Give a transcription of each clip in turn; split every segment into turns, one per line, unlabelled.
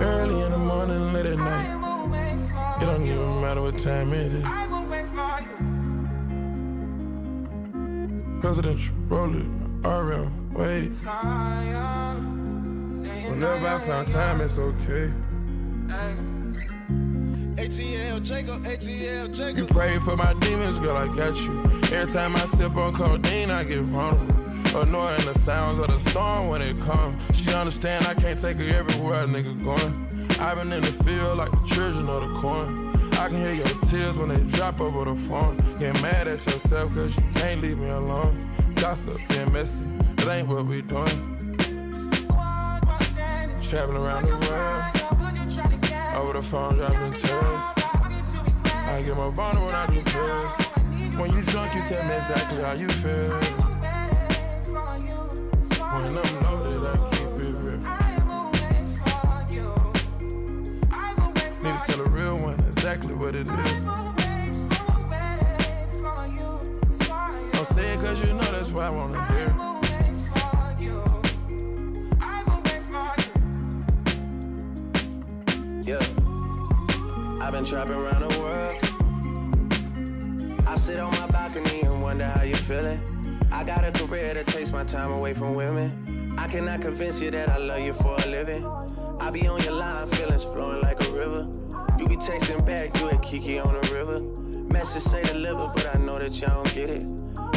Early in the morning, late at
I
night.
will wait
It
for
don't
you.
even matter what time it is.
I will wait for you.
Presidential, rolling, RM, wait. Whenever I found time, it's okay.
ATL Jacob, ATL
You
Jacob.
pray for my demons, girl, I got you. Every time I sip on codeine, I get vulnerable. Annoying the sounds of the storm when it comes. She understand I can't take her everywhere a nigga going. I've been in the field like the children of the corn. I can hear your tears when they drop over the phone. Get mad at yourself cause you can't leave me alone. Gossip and messy, it ain't what we doing. Traveling around the world, over the phone dropping tears. I get more vulnerable when I do drugs. When you drunk, you tell me exactly how you feel. When I'm loaded, I keep it real. Need to tell a real one exactly what it is. Don't say it cause you know that's why I wanna hear.
Yeah. I've been trapping around the world. I sit on my balcony and wonder how you're feeling. I got a career that takes my time away from women. I cannot convince you that I love you for a living. I be on your line, feelings flowing like a river. You be texting back, you a Kiki on the river. Message say deliver, but I know that y'all don't get it.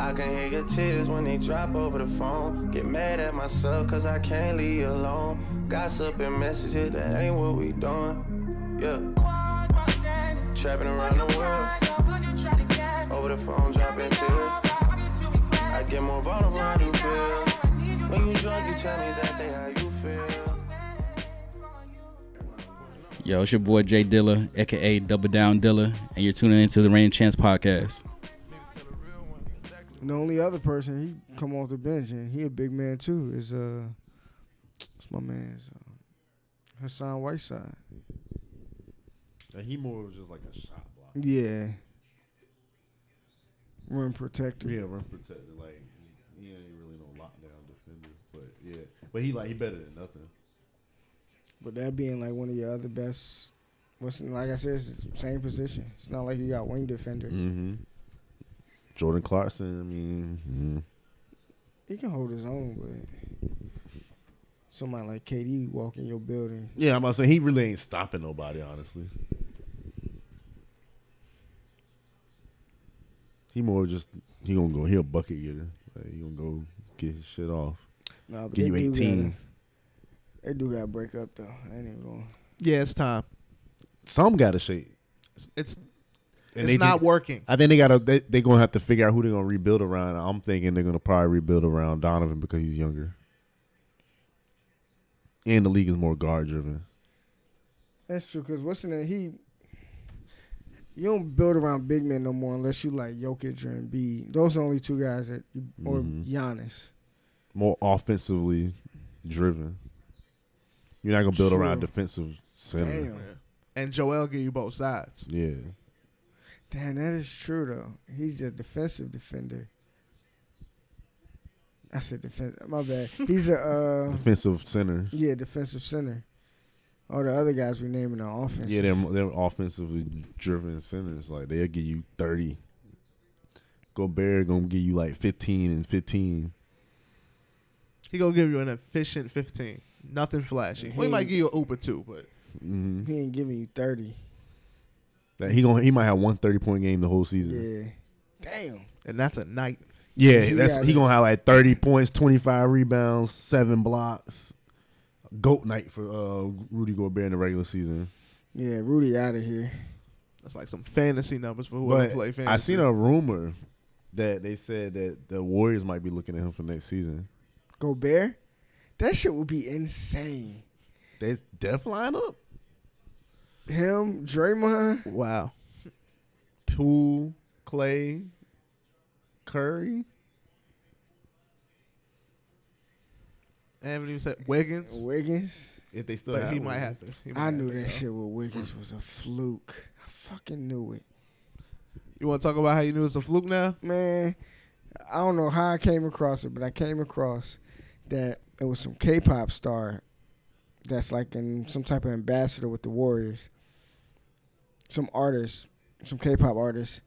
I can hear your tears when they drop over the phone. Get mad at myself cause I can't leave you alone. Gossip and messages, that ain't what we doing. Yeah, trapping around the world. Over the phone, dropping tears. I get more vulnerable, I do feel. When you drunk, you tell me exactly how you feel.
Yo, it's your boy Jay Dilla, aka Double Down Dilla, and you're tuning into the Rain Chance podcast.
And the only other person he come off the bench and he a big man too is uh, what's my man's uh, Hassan Whiteside.
And he more was just like a shot block.
Yeah, rim protector.
Yeah, run protector. Like he ain't really no lockdown defender. But yeah, but he like he better than nothing.
But that being like one of your other best, what's like I said, it's the same position. It's not like you got wing defender.
Mm-hmm. Jordan Clarkson. I mean, mm-hmm.
He can hold his own, but somebody like KD walk in your building.
yeah, I'm about to say he really ain't stopping nobody. Honestly, he more just he gonna go. He a bucket getter. Like, he gonna go get his shit off.
Nah, but
Give
they
you
do gotta-
18.
They do got to break up though. I ain't even going.
Yeah, it's time.
Some gotta shake.
It's
And
it's
they
not
just-
working.
I think they gotta they they gonna have to figure out who they're gonna rebuild around. I'm thinking they're gonna probably rebuild around Donovan because he's younger. And the league is more guard driven.
That's true. Cause what's in it? He you don't build around big men no more unless you like Jokic or Embiid. Those are only two guys that you, or
Mhm.
Giannis.
More offensively driven. You're not gonna build around
True.
defensive center.
Damn.
And Joel give you both sides.
Yeah.
Damn, that is true though. He's a defensive defender. I said defense. My bad. He's a uh,
Defensive center.
yeah defensive center. All the other guys we naming are offense.
Yeah, they're they're offensively driven centers. Like they'll give you thirty. Gobert gonna give you like fifteen and fifteen.
He gonna give you an efficient 15. Nothing flashy. We
He-
might give you an Uber too, but
Mm-hmm.
he ain't giving you thirty.
Like, he gonna he might have one 30 point game the whole season.
Yeah. Damn.
and that's a night.
Yeah,
He
that's
got
he
it.
gonna have like thirty points, twenty five rebounds, seven blocks. Goat night for uh, Rudy Gobert in the regular season.
Yeah, Rudy out of here.
That's like some fantasy numbers for whoever
But
play fantasy.
I seen a rumor that they said that the Warriors might be looking at him for next season.
Gobert. That shit would be insane.
That's death lineup.
Him, Draymond.
Wow. Poole, Clay, Curry. I haven't even said Wiggins,
Wiggins.
If they still
but
have
he
one.
might have it. He might
I
have
knew
it,
that
though.
shit with Wiggins was a fluke. I fucking knew it.
You want to talk about how you knew it's a fluke now?
man, I don't know how I came across it, but I came across that it was some K-pop star that's like in some type of ambassador with the Warriors. Some artists, some K-pop artists,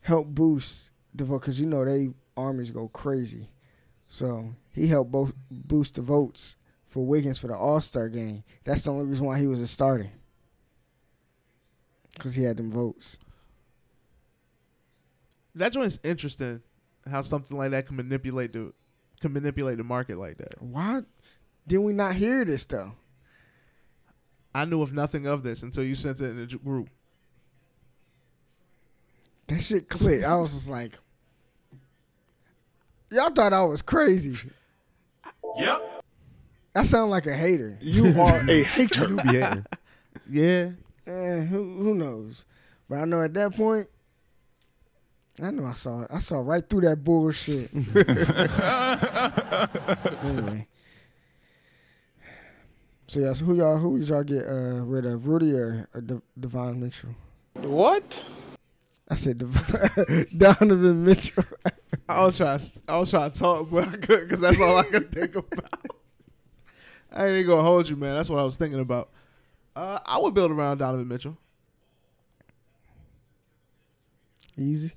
help boost the vote because you know they armies go crazy. So he helped both boost the votes for Wiggins for the All Star game. That's the only reason why he was a starter. Cause he had them votes.
That joint's interesting. How something like that can manipulate the can manipulate the market like that.
Why did we not hear this though?
I knew of nothing of this until you sent it in the ju- group.
That shit clicked. I was just like, y'all thought I was crazy.
Yep.
I sound like a hater.
You are a hater.
You be hating.
Yeah,
Eh, who who knows? But I know at that point, I knew I saw it. I saw right through that bullshit. anyway, so yeah, so who y'all who would y'all get uh, rid of, Rudy or, or De- Devon Mitchell?
What?
I said Dev- Donovan Mitchell.
I was trying. I was trying to talk, but I couldn't because that's all I could think about. I ain't even gonna hold you, man. That's what I was thinking about. Uh, I would build around Donovan Mitchell.
Easy.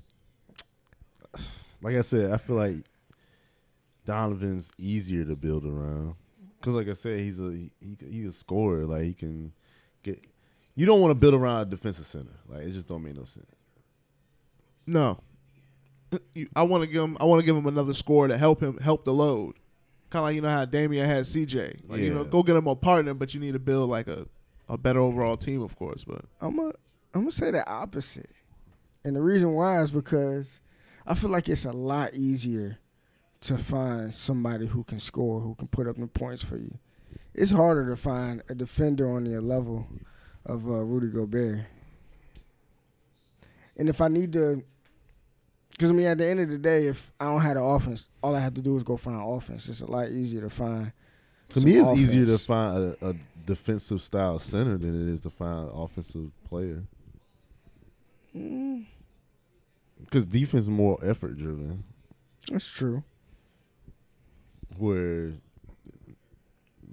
like I said, I feel like Donovan's easier to build around because, like I said, he's a he he he's a scorer. Like he can get. You don't want to build around a defensive center. Like it just don't make no sense.
No, You- I want to give him. I want to give him another score to help him help the load. Kind of like you know how Damian had CJ. Like you know,
Yeah.
go get him a partner, but you need to build like a a better overall team, of course. But
I'm a, I'm gonna say the opposite, and the reason why is because I feel like it's a lot easier to find somebody who can score, who can put up the points for you. It's harder to find a defender on your level of uh, Rudy Gobert. And if I need to, because I mean, at the end of the day, if I don't have the offense, all I have to do is go find offense. It's a lot easier to find.
To
some
me, it's easier to
offense.
find a, a defensive style center than it is to find an offensive player.
Mm,
Because defense is more effort driven,
That's true.
where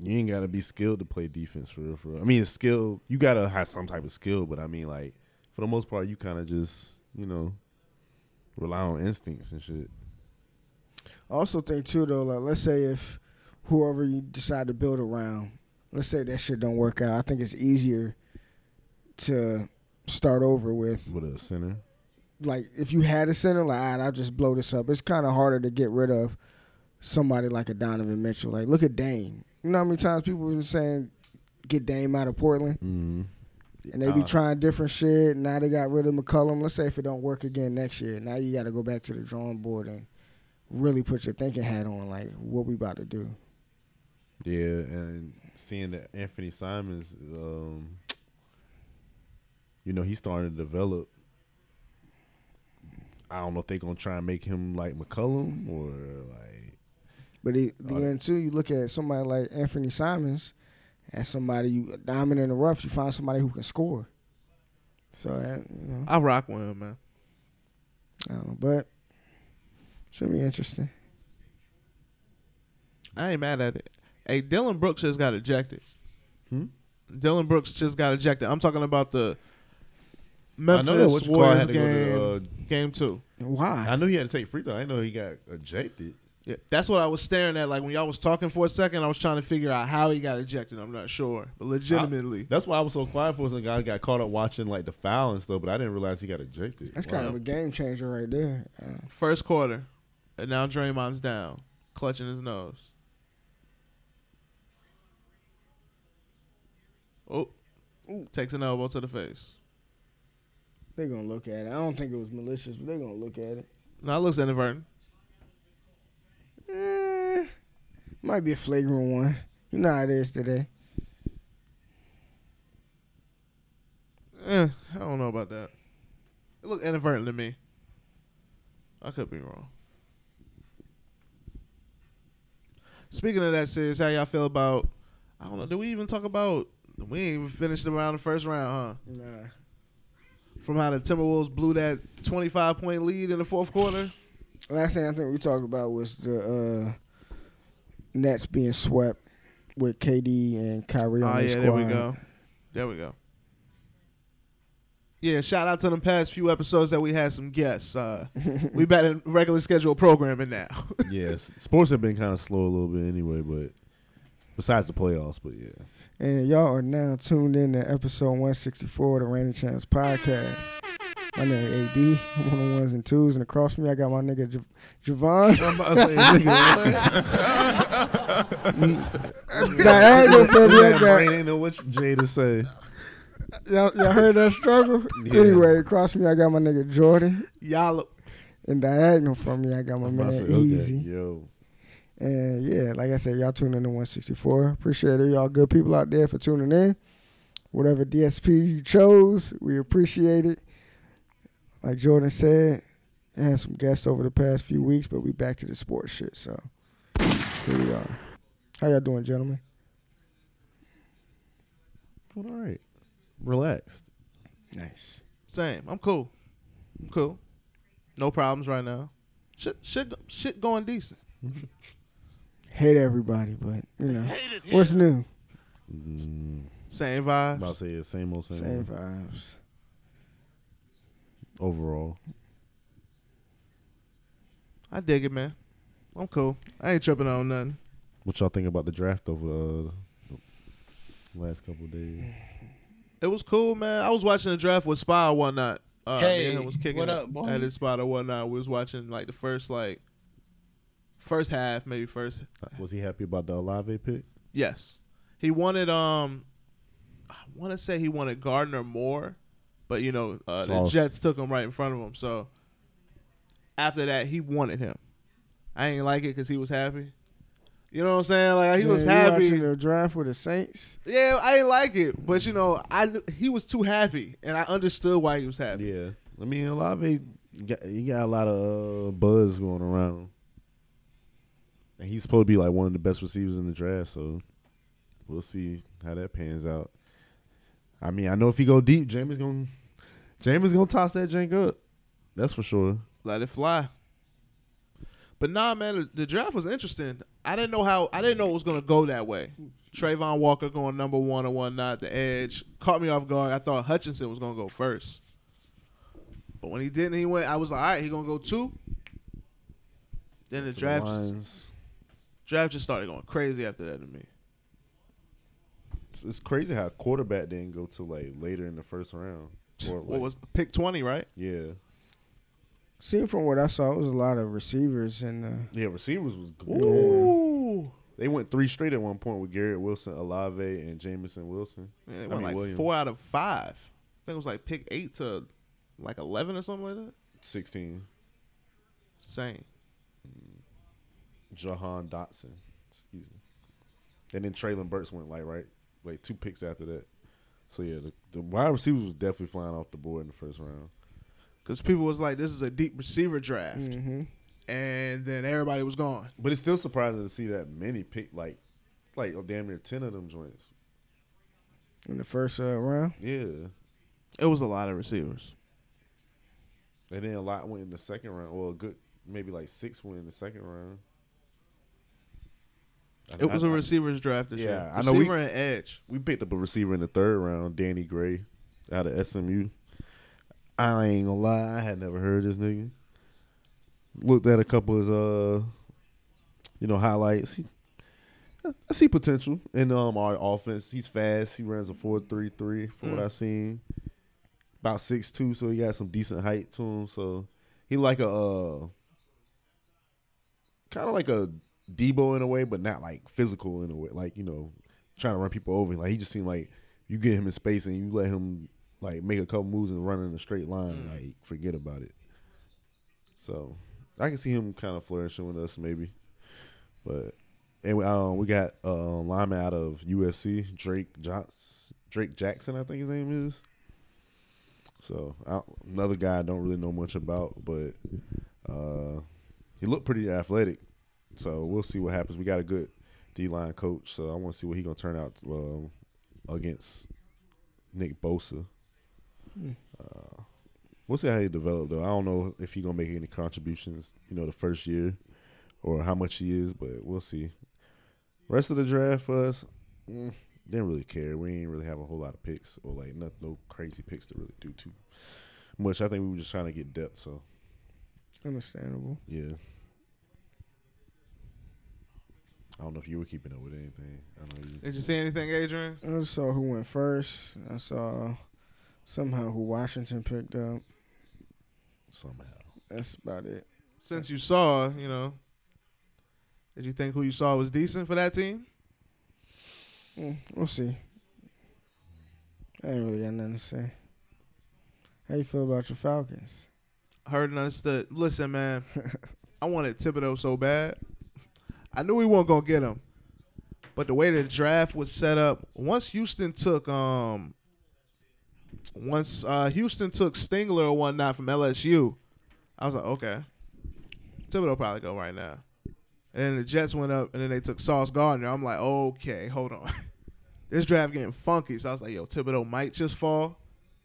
you ain't gotta be skilled to play defense for real. For real. I mean, it's skill. You gotta have some type of skill, but I mean, like for the most part, you kind of just you know rely on instincts and shit.
I also think too though, like let's say if whoever you decide to build around, let's say that shit don't work out. I think it's easier to start over with.
With a center,
Like if you had a center, like "Alright, I'll just blow this up. It's kind of harder to get rid of somebody like a Donovan Mitchell. Like look at Dame. You know how many times people been saying get Dame out of Portland,
mm-hmm.
and they be trying different shit. Now they got rid of McCollum. Let's say if it don't work again next year, now you got to go back to the drawing board and really put your thinking hat on. Like what we about to do.
Yeah, and seeing that Anthony Simons, um, you know, he's starting to develop. I don't know if they're gonna try and make him like McCullum or like
But it,
Oh,
then too, you look at somebody like Anthony Simons, as somebody you a diamond in the rough. You find somebody who can score. So uh, you know,
I rock with him, man.
I don't know, but should be interesting.
I ain't mad at it. Hey, Dylan Brooks just got ejected.
Hmm?
Dylan Brooks just got ejected. I'm talking about the
I know that
Memphis
what you call it
Warriors
had to uh,
game,
go to,
game two.
uh,
Why?
I knew he had to take free throw. I know he got ejected.
Yeah, that's what I was staring at. Like when y'all was talking for a second, I was trying to figure out how he got ejected. I'm not sure, but legitimately,
That's why I was so quiet for us. And guys got caught up watching like the foul and stuff, but I didn't realize he got ejected.
That's kind of a game changer right there. Uh,
first quarter, and now Draymond's down, clutching his nose. Oh, takes an elbow to the face.
they're gonna look at it. I don't think it was malicious, but they're gonna look at it.
Now it looks inadvertent.
Eh, might be a flagrant one. You know how it is today.
Eh, I don't know about that. It looked inadvertent to me. I could be wrong. Speaking of that series, how y'all feel about? I don't know. Did we even talk about? We ain't even finished around the first round, huh?
Nah.
From how the Timberwolves blew that twenty-five point lead in the fourth quarter.
Last thing I think we talked about was the uh, Nets being swept with KD and Kyrie on
Oh
their
yeah,
squad.
there we go. There we go. Yeah, shout out to the past few episodes that we had some guests. Uh, we back in regular scheduled programming now.
yes, sports have been kind of slow a little bit anyway, but besides the playoffs, but yeah,
And y'all are now tuned in to episode 164 of the Random Champs podcast. My name AD. I'm on the ones and twos, and across from me I got my nigga Jav- Javon. Diagonal, baby, I
Man,
got-
brain ain't know what Jay to say.
y'all, y'all heard that struggle?
Yeah.
Anyway, across from me I got my nigga Jordan,
y'all,
and diagonal from me I got my
I'm
man
about to say, okay,
Easy.
yo,
And yeah, like I said, y'all tuned in to 164. Appreciate it. Y'all good people out there for tuning in. Whatever DSP you chose, we appreciate it. Like Jordan said, had some guests over the past few weeks, but we back to the sports shit. So here we are. How y'all doing, gentlemen?
doing all right, relaxed.
Nice.
same. I'm cool. I'm cool. No problems right now. Shit, shit, go- shit going decent.
Hate everybody, but you know what's new?
Mm,
Same
I'm about to
vibes.
say the same old same,
Same
old
vibes.
overall.
I dig it, man. I'm cool. I ain't tripping on nothing.
What y'all think about the draft over uh, the last couple of days?
It was cool, man. I was watching the draft with Spy or whatnot. Uh,
Hey,
man, was kicking
what
it
up, boy?
at his spot or whatnot. We was watching like the first like first half, maybe first.
Was he happy about the Olave pick?
Yes, he wanted. Um, I want to say he wanted Gardner more, but you know uh, the
Sauce.
Jets took him right in front of him. So after that, he wanted him. I ain't like it because he was happy. You know what I'm saying? Like he was
Man, you
happy.
watching the draft with the Saints.
Yeah, I ain't like it, but you know, I kn- he was too happy, and I understood why he was happy.
Yeah, I mean Olave, got, he got a lot of uh, buzz going around him, and he's supposed to be like one of the best receivers in the draft. So we'll see how that pans out. I mean, I know if he go deep, Jameis gonna Jameis gonna toss that jank up. That's for sure.
Let it fly. But nah, man, the, the draft was interesting. I didn't know how I didn't know it was gonna go that way. Trayvon Walker going number one or whatnot, the edge caught me off guard. I thought Hutchinson was gonna go first, but when he didn't, he went. I was like, all right, he gonna go two. Then the draft just,
Lions.
draft just started going crazy after that to me.
It's, it's crazy how quarterback didn't go to like later in the first round. Or,
What
like,
was pick twenty, right?
yeah,
Seeing from what I saw, it was a lot of receivers and uh,
yeah. Receivers was going.
Ooh,
They went three straight at one point with Garrett Wilson, Alave, and Jamison Wilson.
Man, they
I
went
mean,
like
Williams.
four out of five. I think it was like pick eight to like eleven or something like that.
Sixteen.
Same.
Jahan Dotson. Excuse me. And then Traylon Burks went like right, like two picks after that. So yeah, the, the wide receivers was definitely flying off the board in the first round.
Because people was like, this is a deep receiver draft.
Mm.
mhm.
And then everybody was gone.
But it's still surprising to see that many pick like it's like oh, damn near ten of them joints.
in the first uh, round.
Yeah.
It was a lot of receivers.
And then a lot went in the second round. Well, a good maybe like six went in the second round.
It was
a
a receivers draft this
Yeah,
year.
I know we-
Receiver and edge.
we picked up a receiver in the third round, Danny Gray, out of SMU. I ain't gonna lie, I had never heard this nigga. Looked at a couple of his, uh, you know, highlights. He, I I see potential in um our offense. He's fast. He runs a four three three from what
Mm.
I've seen. About six two, so he got some decent height to him. So he like a uh, kind of like a Debo in a way, but not like physical in a way. Like you know, trying to run people over. Like he just seemed like you get him in space and you let him like make a couple moves and run in a straight line. Like forget about it. So I can see him kind of flourishing with us maybe, but and we, um, we got uh, lineman out of USC Drake Johnson, Drake Jackson, I think his name is. So I, another guy I don't really know much about, but uh, he looked pretty athletic. So we'll see what happens. We got a good D line coach, so I want to see what he gonna turn out um, against Nick Bosa.
Hmm.
Uh, we'll see how he develop though. I don't know if he gonna make any contributions, you know, the first year, or how much he is, but we'll see. Rest of the draft for us, mm, didn't really care. We didn't really have a whole lot of picks or like not, no crazy picks to really do too much. I think we were just trying to get depth. So
Understandable.
yeah. I don't know if you were keeping up with anything. I don't know. You,
Did you see anything, Adrian?
I saw who went first. I saw somehow who Washington picked up.
somehow.
That's about it.
Since you saw, you know, did you think who you saw was decent for that team?
Mm, we'll see. I ain't really got nothing to say. How you feel about your Falcons?
Heard and understood. Listen, man, I wanted Thibodeau so bad. I knew we weren't gonna get him, but the way the draft was set up, once Houston took um, once uh, Houston took Stingler or whatnot from LSU, I was like, okay, Thibodeau probably go right now. And then the Jets went up, and then they took Sauce Gardner. I'm like, okay, hold on, this draft getting funky. So I was like, yo, Thibodeau might just fall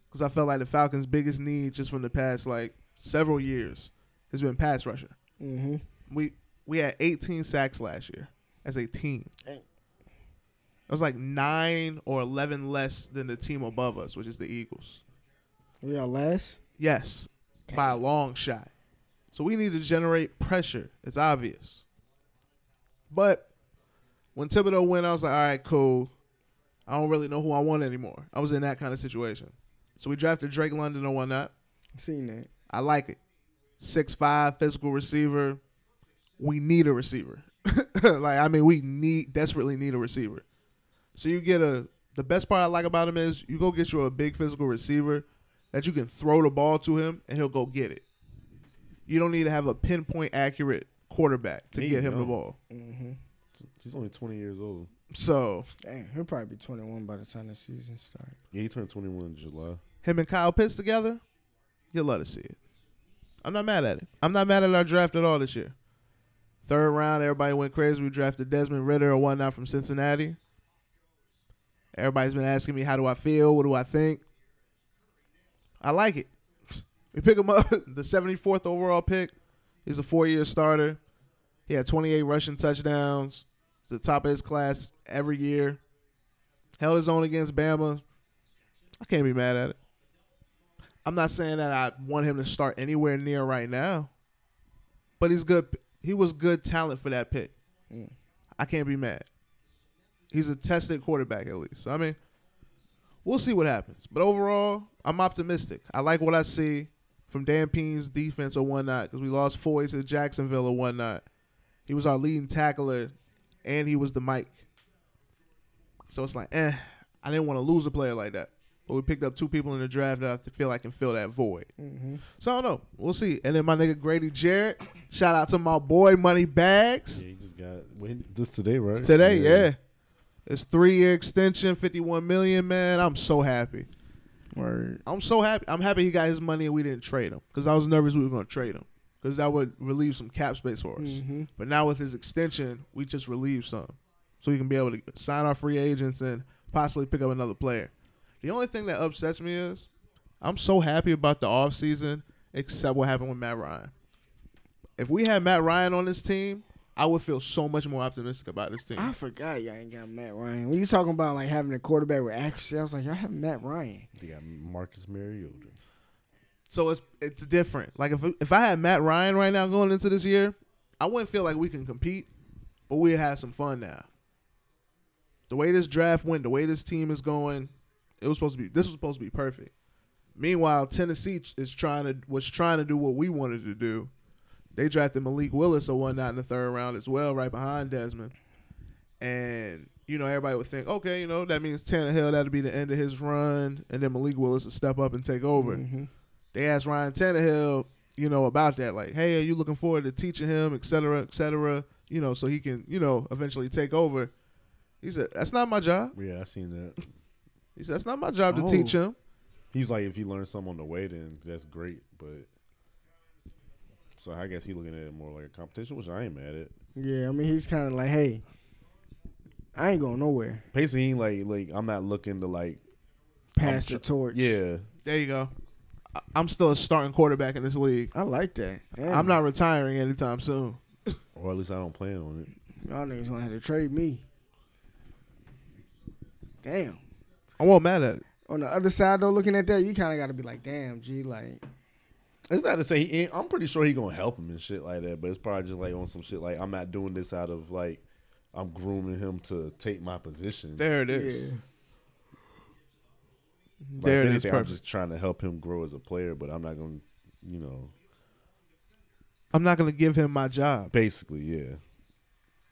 because I felt like the Falcons' biggest need just from the past like several years has been pass rusher.
Mm-hmm.
We we had 18 sacks last year as a team.
Dang.
That was like nine or 11 less than the team above us, which is the Eagles.
We are last.
Yes, by a long shot. So we need to generate pressure. It's obvious. But when Thibodeau went, I was like, all right, cool. I don't really know who I want anymore. I was in that kind of situation. So we drafted Drake London or whatnot.
Seen that.
I like it. Six five physical receiver. We need a receiver. like I mean, we need desperately need a receiver. So you get a the best part I like about him is you go get you a big physical receiver that you can throw the ball to him and he'll go get it. You don't need to have a pinpoint accurate quarterback to
He's
get him the
young.
ball.
Mm-hmm.
He's only 20 years old.
So
Dang, he'll probably be 21 by the time the season starts.
Yeah, he turned 21 in July.
him and Kyle Pitts together, you'll love to see it. I'm not mad at it. I'm not mad at our draft at all this year. Third round, everybody went crazy. We drafted Desmond Ritter or whatnot from Cincinnati. Everybody's been asking me, how do I feel? What do I think? I like it. We pick him up, the 74th overall pick. He's a four year starter. He had 28 rushing touchdowns. He's the top of his class every year. Held his own against Bama. I can't be mad at it. I'm not saying that I want him to start anywhere near right now, but he's good. He was good talent for that pick.
Mm.
I can't be mad. He's a tested quarterback at least. I mean, we'll see what happens. But overall, I'm optimistic. I like what I see from Dan Peen's defense or whatnot because we lost Foy to Jacksonville or whatnot. He was our leading tackler, and he was the mic. So it's like, eh, I didn't want to lose a player like that. But we picked up two people in the draft that I feel like can fill that void.
Mm-hmm.
So I don't know. We'll see. And then my nigga Grady Jarrett. Shout out to my boy Money Bags.
Yeah, he just got when, this today, right?
Today, yeah. It's three year extension, fifty one million, man. I'm so happy.
Word.
I'm so happy. I'm happy he got his money and we didn't trade him. Because I was nervous we were gonna trade him. Because that would relieve some cap space for us.
Mm-hmm.
But now with his extension, we just relieve some. So he can be able to sign our free agents and possibly pick up another player. The only thing that upsets me is I'm so happy about the offseason, except what happened with Matt Ryan. If we had Matt Ryan on this team, I would feel so much more optimistic about this team.
I forgot y'all ain't got Matt Ryan. When you talking about like having a quarterback with accuracy, I was like, y'all have Matt Ryan.
They got Marcus Mariota.
So it's it's different. Like if if I had Matt Ryan right now going into this year, I wouldn't feel like we can compete, but we'd have some fun now. The way this draft went, the way this team is going, it was supposed to be this was supposed to be perfect. Meanwhile, Tennessee is trying to was trying to do what we wanted to do. They drafted Malik Willis or whatnot in the third round as well, right behind Desmond. And you know everybody would think, okay, you know that means Tannehill that'll be the end of his run, and then Malik Willis will step up and take over
Mm-hmm.
they asked Ryan Tannehill, you know, about that. Like, hey, are you looking forward to teaching him, et cetera, et cetera, you know, so he can, you know, eventually take over. He said, that's not my job.
Yeah, I seen that.
He said, that's not my job to
Oh.
teach him.
He's like, if he learns something on the way, then that's great. But so I guess he looking at it more like a competition, which I ain't mad at.
Yeah, I mean he's kind of like, hey, I ain't going nowhere.
Basically, he ain't like like I'm not looking to like
Pass
tr-
the torch.
yeah.
There you go. I- I'm still a starting quarterback in this league.
I like that. Damn,
I'm not retiring anytime soon.
Or at least I don't plan on it.
Y'all niggas gonna have to trade me. Damn.
I won't mad at it.
On the other side though, looking at that, you kind of got to be like, damn, G, like,
It's not to say he. Ain't, I'm pretty sure he gonna help him and shit like that. But it's probably just like on some shit like I'm not doing this out of like I'm grooming him to take my position.
There it is.
yeah.
Like,
There
if
it is.
anything, I'm
Perfect.
just trying to help him grow as a player, but I'm not gonna, you know,
I'm not gonna give him my job.
basically, yeah.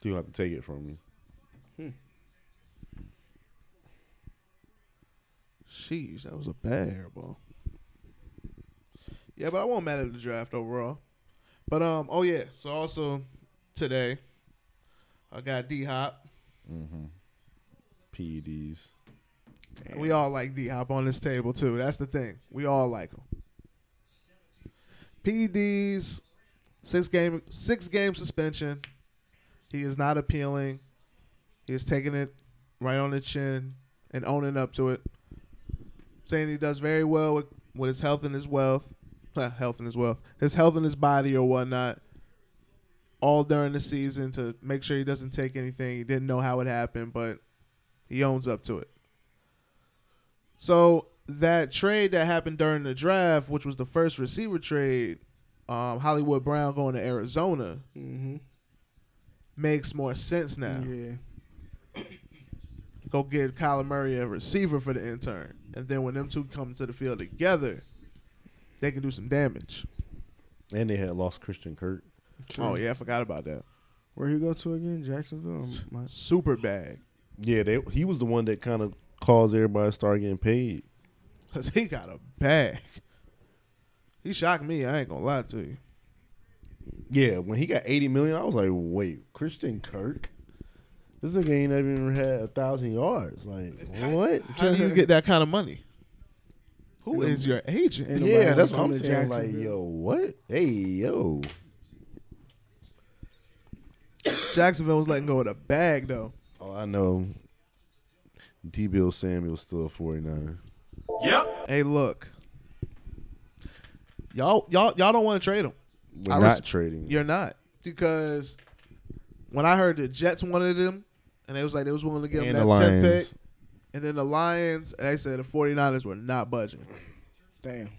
You don't have to take it from me.
Sheesh, that was a bad airball. Yeah, but I won't mad at the draft overall. But um, oh yeah. So also today, I got D Hop.
E PEDs.
We all like D Hop on this table too. That's the thing. We all like him. PDs, six game six game suspension. He is not appealing. He is taking it right on the chin and owning up to it. Saying he does very well with, with his health and his wealth. uh, health and his wealth. His health and his body or whatnot. All during the season to make sure he doesn't take anything. He didn't know how it happened, but he owns up to it. So that trade that happened during the draft, which was the first receiver trade, um, Hollywood Brown going to Arizona
Mm-hmm.
makes more sense now.
Yeah.
Go get Kyler Murray a receiver for the intern, and then when them two come to the field together, they can do some damage.
And they had lost Christian Kirk.
True.
Oh yeah, I forgot about that.
Where he go to again? Jacksonville. My,
Super bag,
Yeah, they, he was the one that kind of caused everybody to start getting paid.
cause he got a bag. He shocked me. I ain't gonna lie to you.
Yeah, when he got 80 million, I was like, wait, Christian Kirk? This nigga ain't even had a thousand yards. Like, what?
How do you get that kind of money? Who is your agent?
Ain't nobody
Yeah,
wanna
that's what
come
I'm
to
saying. Like,
Jacksonville.
yo, what? Hey, yo.
Jacksonville was letting go of the bag though.
Oh, I know. D. Bill Samuel's still a 49er.
Hey, look. Y'all, y'all, y'all don't want to trade him.
We're
I
not
resp-
trading.
You're not because when I heard the Jets wanted him, and they was like they was willing to give him
And
that
the
tenth pick,
Lions.
and then the Lions, and they said the 49ers were not budging.
damn.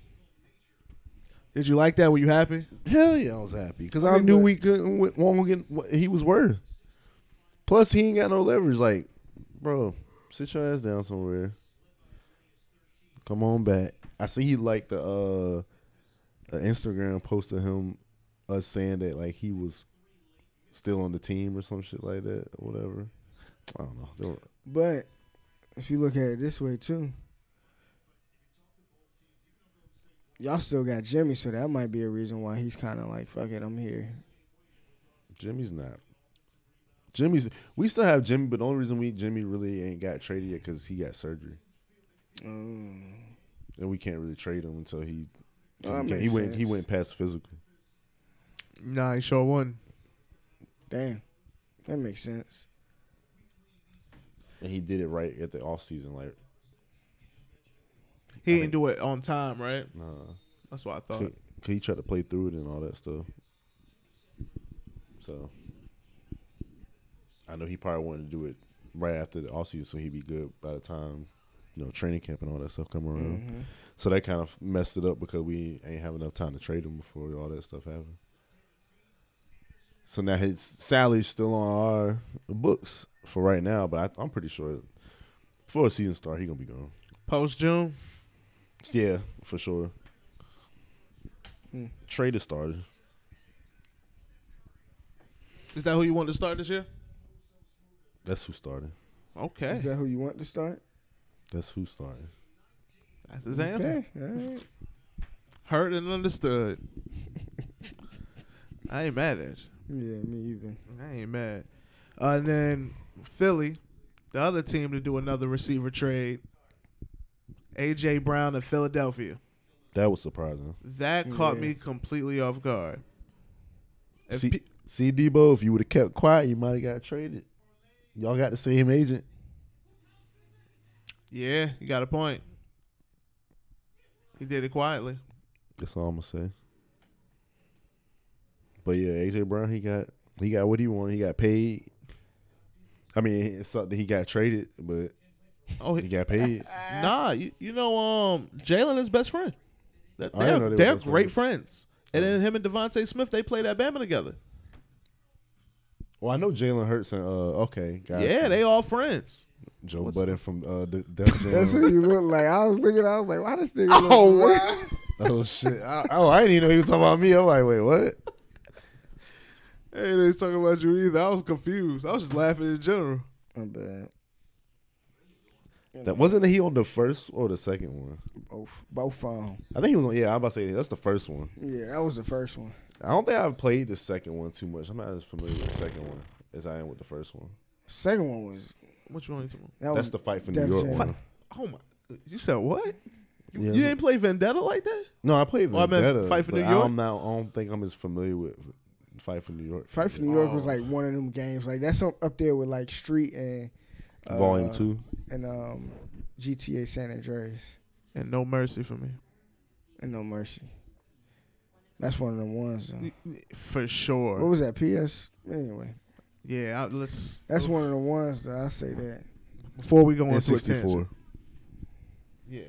Did you like that? Were you happy?
Hell yeah, I was happy because
I
I,
mean,
knew
but-
we couldn't we won't get what he was worth. Plus, he ain't got no leverage. Like, bro, sit your ass down somewhere. Come on back. I see he liked the uh, a Instagram post of him us saying that like he was still on the team or some shit like that or whatever. I don't know. They were-
But if you look at it this way too, y'all still got Jimmy, so that might be a reason why he's kind of like, fuck it, I'm here.
Jimmy's not. Jimmy's. We still have Jimmy, but the only reason we Jimmy really ain't got traded yet because he got surgery. and we can't really trade him until he
Oh, Mm. that
he
makes
he went he
sense.
went past physical.
Nah, he sure won.
Damn, that makes sense.
And he did it right at the off season, like
He
I
didn't
mean-
do it on time, right?
nah.
That's what I thought.
Cause cause he tried to play through it and all that stuff. So I know he probably wanted to do it right after the off season so he'd be good by the time, you know, training camp and all that stuff come around.
Mm-hmm.
So that kind of messed it up because we ain't have enough time to trade him before all that stuff happened. So now his salary's still on our books for right now, but I, I'm pretty sure before the season start, he gonna be gone.
Post June,
Yeah, for sure.
Hmm.
Trade is started.
is that who you want to start this year?
That's who started.
Okay,
Is that who you want to start?
That's who started.
that's his answer.
Okay, all right.
Heard and understood. I ain't mad at you.
Yeah, me either.
I ain't mad. Uh, and then Philly, the other team to do another receiver trade, AJ Brown of Philadelphia.
That was surprising.
That caught
Yeah.
me completely off guard. If
See,
pe-
see Debo, if you would have kept quiet, you might have got traded. Y'all got the same agent.
yeah, you got a point. He did it quietly.
That's all I'm gonna say. But yeah, AJ Brown, he got he got what he wanted. He got paid. I mean, it's something he got traded, but
Oh,
he
he,
got paid.
nah. You, you know, um, Jalen is best friend. That-
I didn't
They're,
know they were
they're
best
great friends. And then him and Devontae Smith, they played at Bama together.
Well, I know Jalen Hurts and uh, okay, got
Yeah,
you.
they all friends.
Joe Budden from uh, the Def
That's
Jam.
what you look like. I was looking. I was like, why this nigga? Look
Oh, what? oh shit! I, oh, I didn't even know he was talking about me. I'm like, wait, what?
Hey, they ain't talking about you either. I was confused. I was just laughing in general.
My bad.
That wasn't he on the first or the second one?
Both, both of 'em.
I think he was on. Yeah, I'm about to say that's the first one.
Yeah, that was the first one.
I don't think I've played the second one too much. I'm not as familiar with the second one as I am with the first one.
Second one was
What you want to?
that
That's
was
the fight for
Def
New York
Jam.
one.
Oh my! You said what? You,
Yeah.
you didn't play Vendetta like that?
No, I played
Oh, I meant
Vendetta.
Fight for
but
New York?
I'm not. I don't think I'm as familiar with Fight for New York.
fight for New York was
Oh.
like one of them games. Like that's up- up there with like Street and uh,
Volume Two.
and um, GTA San Andreas
And no mercy for me,
and No Mercy. That's one of the ones. Though.
for
What
sure.
was that? PS. Anyway,
Yeah, I, let's.
that's one of the ones that I say that.
before we go
In
on to a tangent.
'64.
Yeah,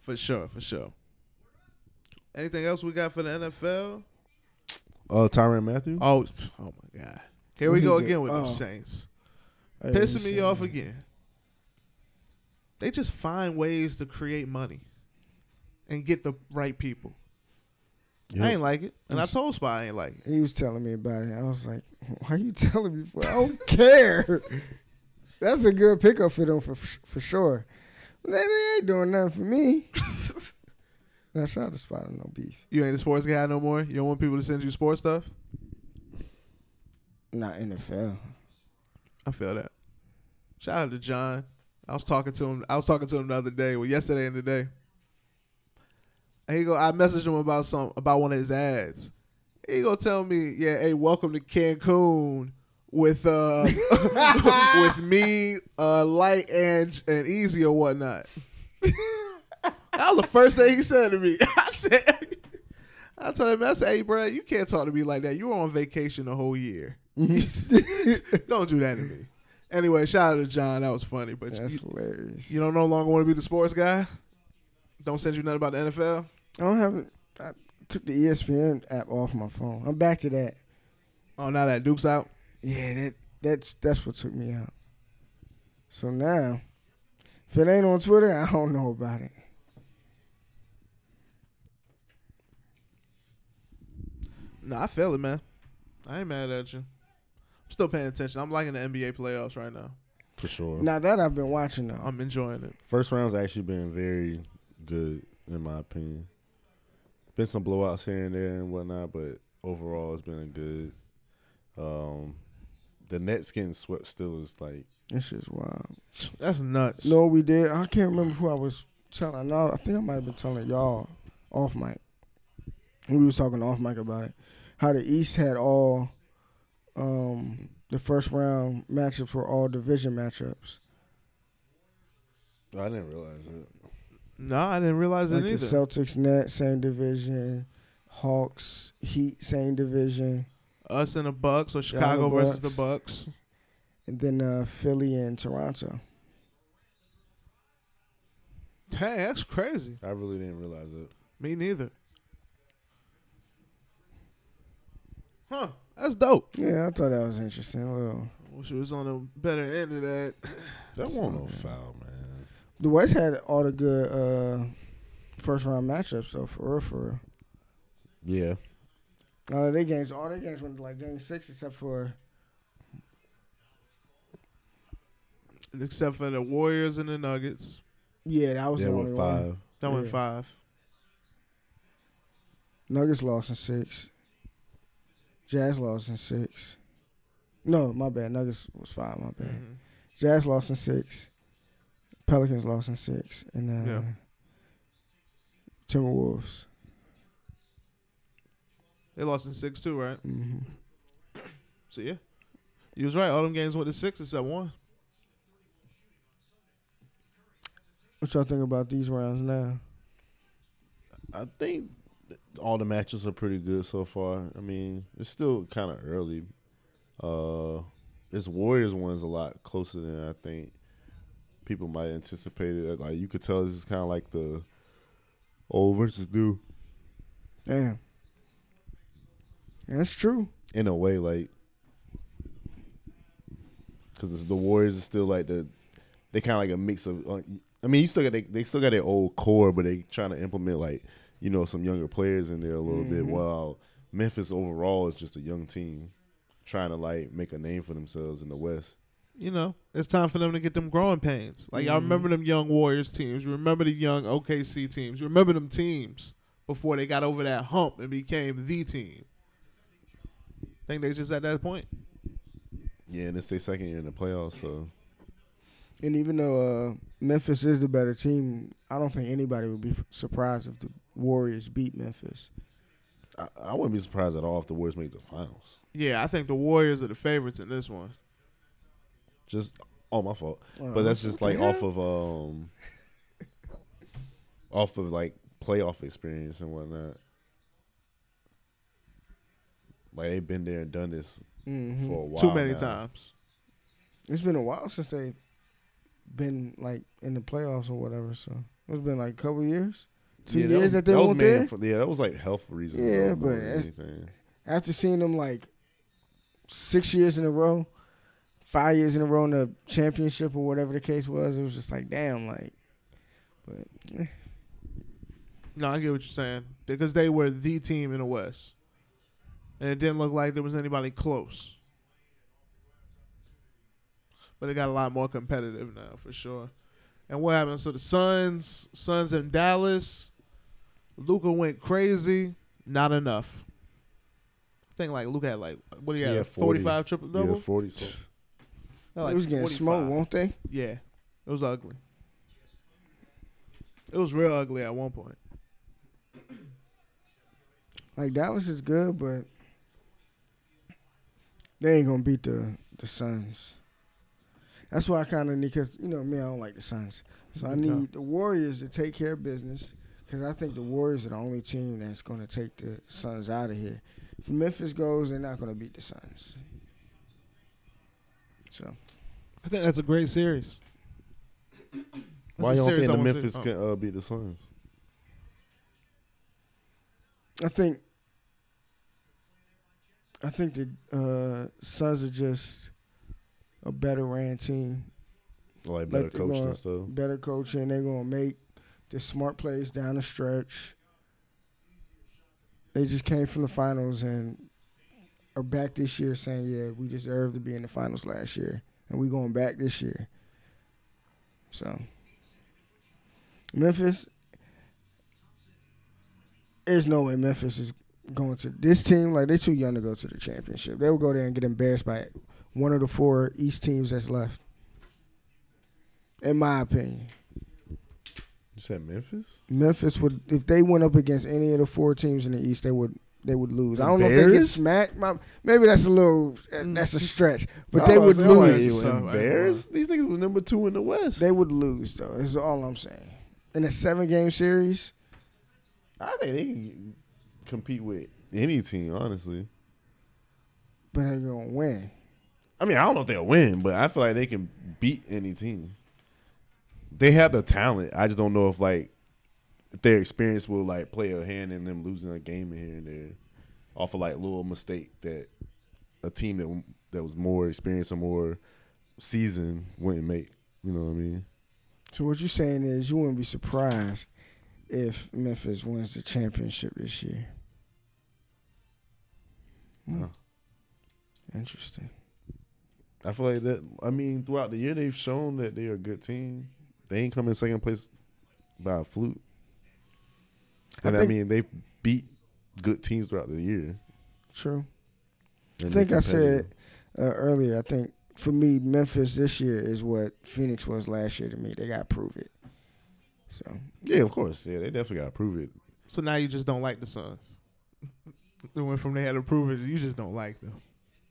for sure, for sure. Anything else we got for the NFL?
Uh, Tyron Matthew.
Oh, oh my God! Here we
What he
go
did?
again with
Oh.
them Saints,
I already
pissing me
said
off
that.
again. They just find ways to create money and get the right people.
Yep.
I ain't like it, and I told Spy I ain't like it.
He was telling me about it. I was like, "Why you telling me for? I don't care." That's a good pickup for them for for sure. They, they ain't doing nothing for me. and I tried to spot him no beef.
You ain't a sports guy no more. You don't want people to send you sports stuff.
Not NFL.
I feel that. Shout out to John. I was talking to him. I was talking to him the other day. Well, yesterday and today. And he go. I messaged him about some about one of his ads. He go tell me, yeah, hey, welcome to Cancun with uh with me, uh, light and and easy or whatnot. that was the first thing he said to me. I said, I told him, I said, hey, bro, you can't talk to me like that. You were on vacation the whole year. don't do that to me. Anyway, shout out to John. That was funny. But
That's
you,
hilarious.
you don't no longer want to be the sports guy. Don't send you nothing about the NFL.
I don't have. I took the E ESPN app off my phone. I'm back to that.
Oh, now that Duke's out.
Yeah, that that's that's what took me out. So now, if it ain't on Twitter, I don't know about it.
No, I feel it, man. I ain't mad at you. I'm still paying attention. I'm liking the NBA playoffs right now.
for sure.
Now that I've been watching though,
I'm enjoying it.
First round's actually been very good in my opinion. Been some blowouts here and there and whatnot, but overall it's been a good. Um, the Nets getting swept still is like
this is wild.
That's nuts.
No, we did. I can't remember who I was telling. I know. I think I might have been telling y'all off mic. We was talking off mic about it. How the East had all um, the first round matchups were all division matchups.
I didn't realize it.
No, I didn't realize it
Like the
either.
Celtics, net same division. Hawks, Heat, same division.
Us and the Bucks, or
Yeah,
Chicago
the
versus the
Bucks.
Bucks.
And then uh, Philly and Toronto.
Dang, that's crazy.
I really didn't realize it.
Me neither. Huh? That's dope.
Yeah, I thought that was interesting. A little.
Wish it was on the better end of that.
That won't no foul, man.
The West had all the good uh, first round matchups though, for real, for real.
Yeah,
All their games, all their games went to like game six, except for
Except for the Warriors and the Nuggets.
yeah, that was
yeah,
the
with
only
five.
one.
That went
Yeah.
five.
Nuggets lost in six. Jazz lost in six. No, my bad. Nuggets was five. My bad.
Mhm.
Jazz lost in six. Pelicans lost in six, and uh,
Yeah.
Timberwolves.
They lost in six too, right?
hmm
So yeah, you was right. All them games went to six except one.
What y'all think about these rounds now?
I think th- all the matches are pretty good so far. I mean, it's still kind of early. Uh, this Warriors one's a lot closer than I think people might anticipate it. Like you could tell, this is kind of like the old versus new
Damn, that's true.
in a way, like because the Warriors is still like the they kind of like a mix of. Like, I mean, you still got they, they still got their old core, but they trying to implement like you know some younger players in there a little bit. While Memphis overall is just a young team trying to like make a name for themselves in the West.
You know, it's time for them to get them growing pains. Like y'all remember them young Warriors teams. You remember the young OKC teams. You remember them teams before they got over that hump and became the team. think they just at that point.
Yeah, and it's their second year in the playoffs, so
And even though uh, Memphis is the better team, I don't think anybody would be surprised if the Warriors beat Memphis.
I, I wouldn't be surprised at all if the Warriors make the finals.
Yeah, I think the Warriors are the favorites in this one.
Just oh my fault.
Uh,
But that's just
what
like
the
off
hell?
of um off of like playoff experience and whatnot. Like they've been there and done this
Mhm.
for a while.
Too many
now.
times.
It's been a while since they been like in the playoffs or whatever. So it's been like a couple years, two
Yeah, that
years
was-
that they
was
weren't
mainly
there.
for- yeah, that was like health reasons.
Yeah,
though, more
but
than
that's-
anything.
After seeing them like six years in a row, five years in a row in the championship or whatever the case was, it was just like damn, like. But eh,
No, I get what you're saying because they were the team in the West, and it didn't look like there was anybody close. But it got a lot more competitive now for sure. And what happened? So the Suns, Suns in Dallas, Luca went crazy. Not enough. I think like Luca had like what do you
He
have?
had 40.
Forty five triple
Yeah,
double.
forty. so-
Got, like,
they was getting
45.
smoked, won't they?
Yeah, it was ugly. It was real ugly at one point.
Like Dallas is good, but they ain't gonna beat the the Suns. That's why I kind of need, cause you know me, I don't like the Suns, so I
Okay.
need the Warriors to take care of business, cause I think the Warriors are the only team that's gonna take the Suns out of here. If Memphis goes, they're not gonna beat the Suns. So
I think that's a great series.
Why you don't think the
want to-
Memphis
oh.
can uh, beat the Suns?
I think I think the uh, Suns are just a better ran team.
Like better
they're
coached
gonna-
and stuff.
better coaching. They're gonna make the smart plays down the stretch. They just came from the finals and are back this year saying, Yeah, we deserve to be in the finals last year and we going back this year. So Memphis there's no way Memphis is going to this team, like they're too young to go to the championship. They will go there and get embarrassed by one of the four East teams that's left. In my opinion.
You said Memphis?
Memphis would if they went up against any of the four teams in the East, they would they would lose. I don't know if they get
Embarrassed?
smacked. My, maybe that's a little that's a stretch, but
I
they
was
would
about to say, like,
lose.
you Embarrassed? These niggas was number two in the West.
They would lose though. Is all I'm saying. In a seven game series,
I think they can compete with any team, honestly.
but they're gonna win.
I mean, I don't know if they'll win, but I feel like they can beat any team. They have the talent. I just don't know if like if their experience will like play a hand in them losing a game here and there, off of like little mistake that a team that that was more experienced or more seasoned wouldn't make. You know what I mean?
So what you're saying is you wouldn't be surprised if Memphis wins the championship this year. Hmm.
No.
Interesting.
I feel like that. I mean, throughout the year, they've shown that they're a good team. They ain't come in second place by a fluke.
I
And I,
think-
mean, they beat good teams throughout the year.
True. I
and they're
think I said uh,
competitive.
earlier. I think for me, Memphis this year is what Phoenix was last year to me. They got to prove it. So
Yeah, of course. Yeah, they definitely got to prove it.
So now you just don't like the Suns. They went from they had to prove it. You just don't like them.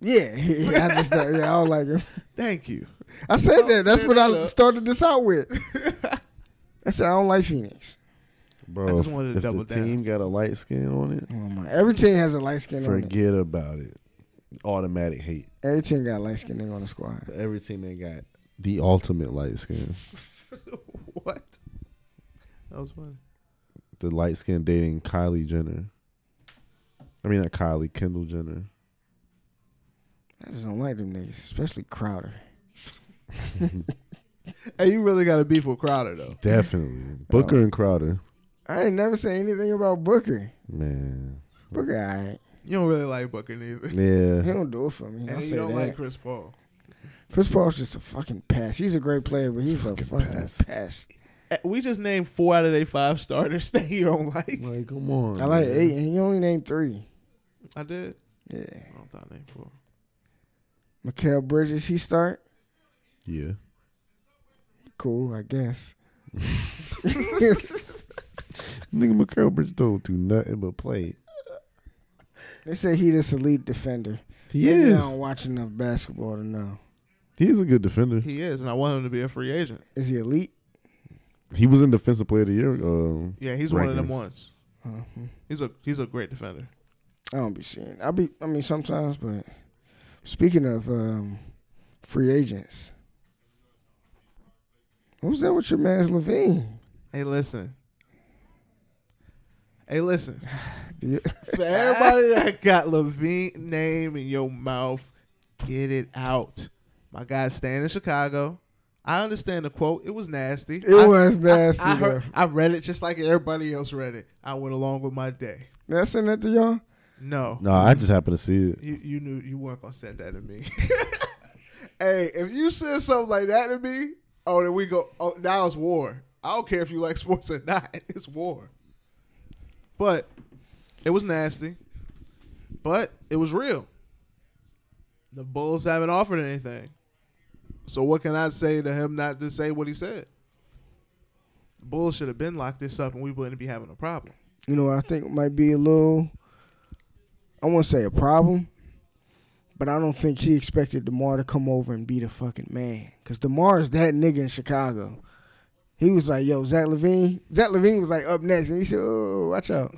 yeah, yeah I just don't, yeah, I don't like him.
Thank you.
I said that. That's what
Clear that
I
up.
started this out with. I said I don't like Phoenix.
Bro,
I just
if-
wanted to
if
double
the
down.
team got a light skin on it,
Oh my! Every team has a light skin on it.
forget about it. Automatic hate.
Every team got a light skin nigga on the squad.
But every team they got the ultimate light skin.
what? That was funny.
The light skin dating Kylie Jenner. I mean, not Kylie, Kendall Jenner.
I just don't like them niggas, especially Crowder.
Hey, you really got a beef with Crowder though.
Definitely. Booker and Crowder.
I ain't never say anything about Booker.
Man.
Booker, alright.
You don't really like Booker neither.
He
Yeah.
don't do it for me. I'll
and you
say
don't
that.
like Chris Paul.
Chris Paul's just a fucking pest. He's a great player, but he's
Fucking
a fucking
pest.
pest.
Eh, We just named four out of their five starters that you don't like.
Like, come on.
I like
man.
eight, and you only named three.
I did.
Yeah,
I don't thought I named four.
Mikael Bridges, he start
Yeah.
cool, I guess.
Nigga, Mikael Bridges don't do nothing but play.
they say he this elite defender.
He
Maybe I
is.
don't watch enough basketball to know.
He is a good defender.
He is, and I want him to be a free agent.
Is he elite?
He was in Defensive Player of the Year. Um,
Yeah, he's one of them
Rankings.
ones.
Uh-huh.
He's a he's a great defender.
I don't be seeing. I be. I mean, sometimes. But speaking of um, free agents, who's that with your man's Levine?
Hey, listen. Hey, listen.
Do you-
For everybody that got Levine name in your mouth, get it out. My guy's staying in Chicago. I understand the quote. It was nasty.
It
I-
was
I-
nasty,
I, heard, I read it just like everybody else read it. I went along with my day.
Did I send that to y'all?
No.
no, I just happened to see it.
You you knew you weren't gonna send that to me. hey, if you said something like that to me, oh then we go oh now it's war. I don't care if you like sports or not, it's war. But it was nasty. But it was real. The Bulls haven't offered anything. So what can I say to him not to say what he said? The Bulls should have been locked this up and we wouldn't be having a problem.
you know, I think might be a little, I won't say a problem, but I don't think he expected DeMar to come over and be the fucking man. Because DeMar is that nigga in Chicago. He was like, yo, Zach Levine. Zach Levine was like up next, and he said, oh, watch out.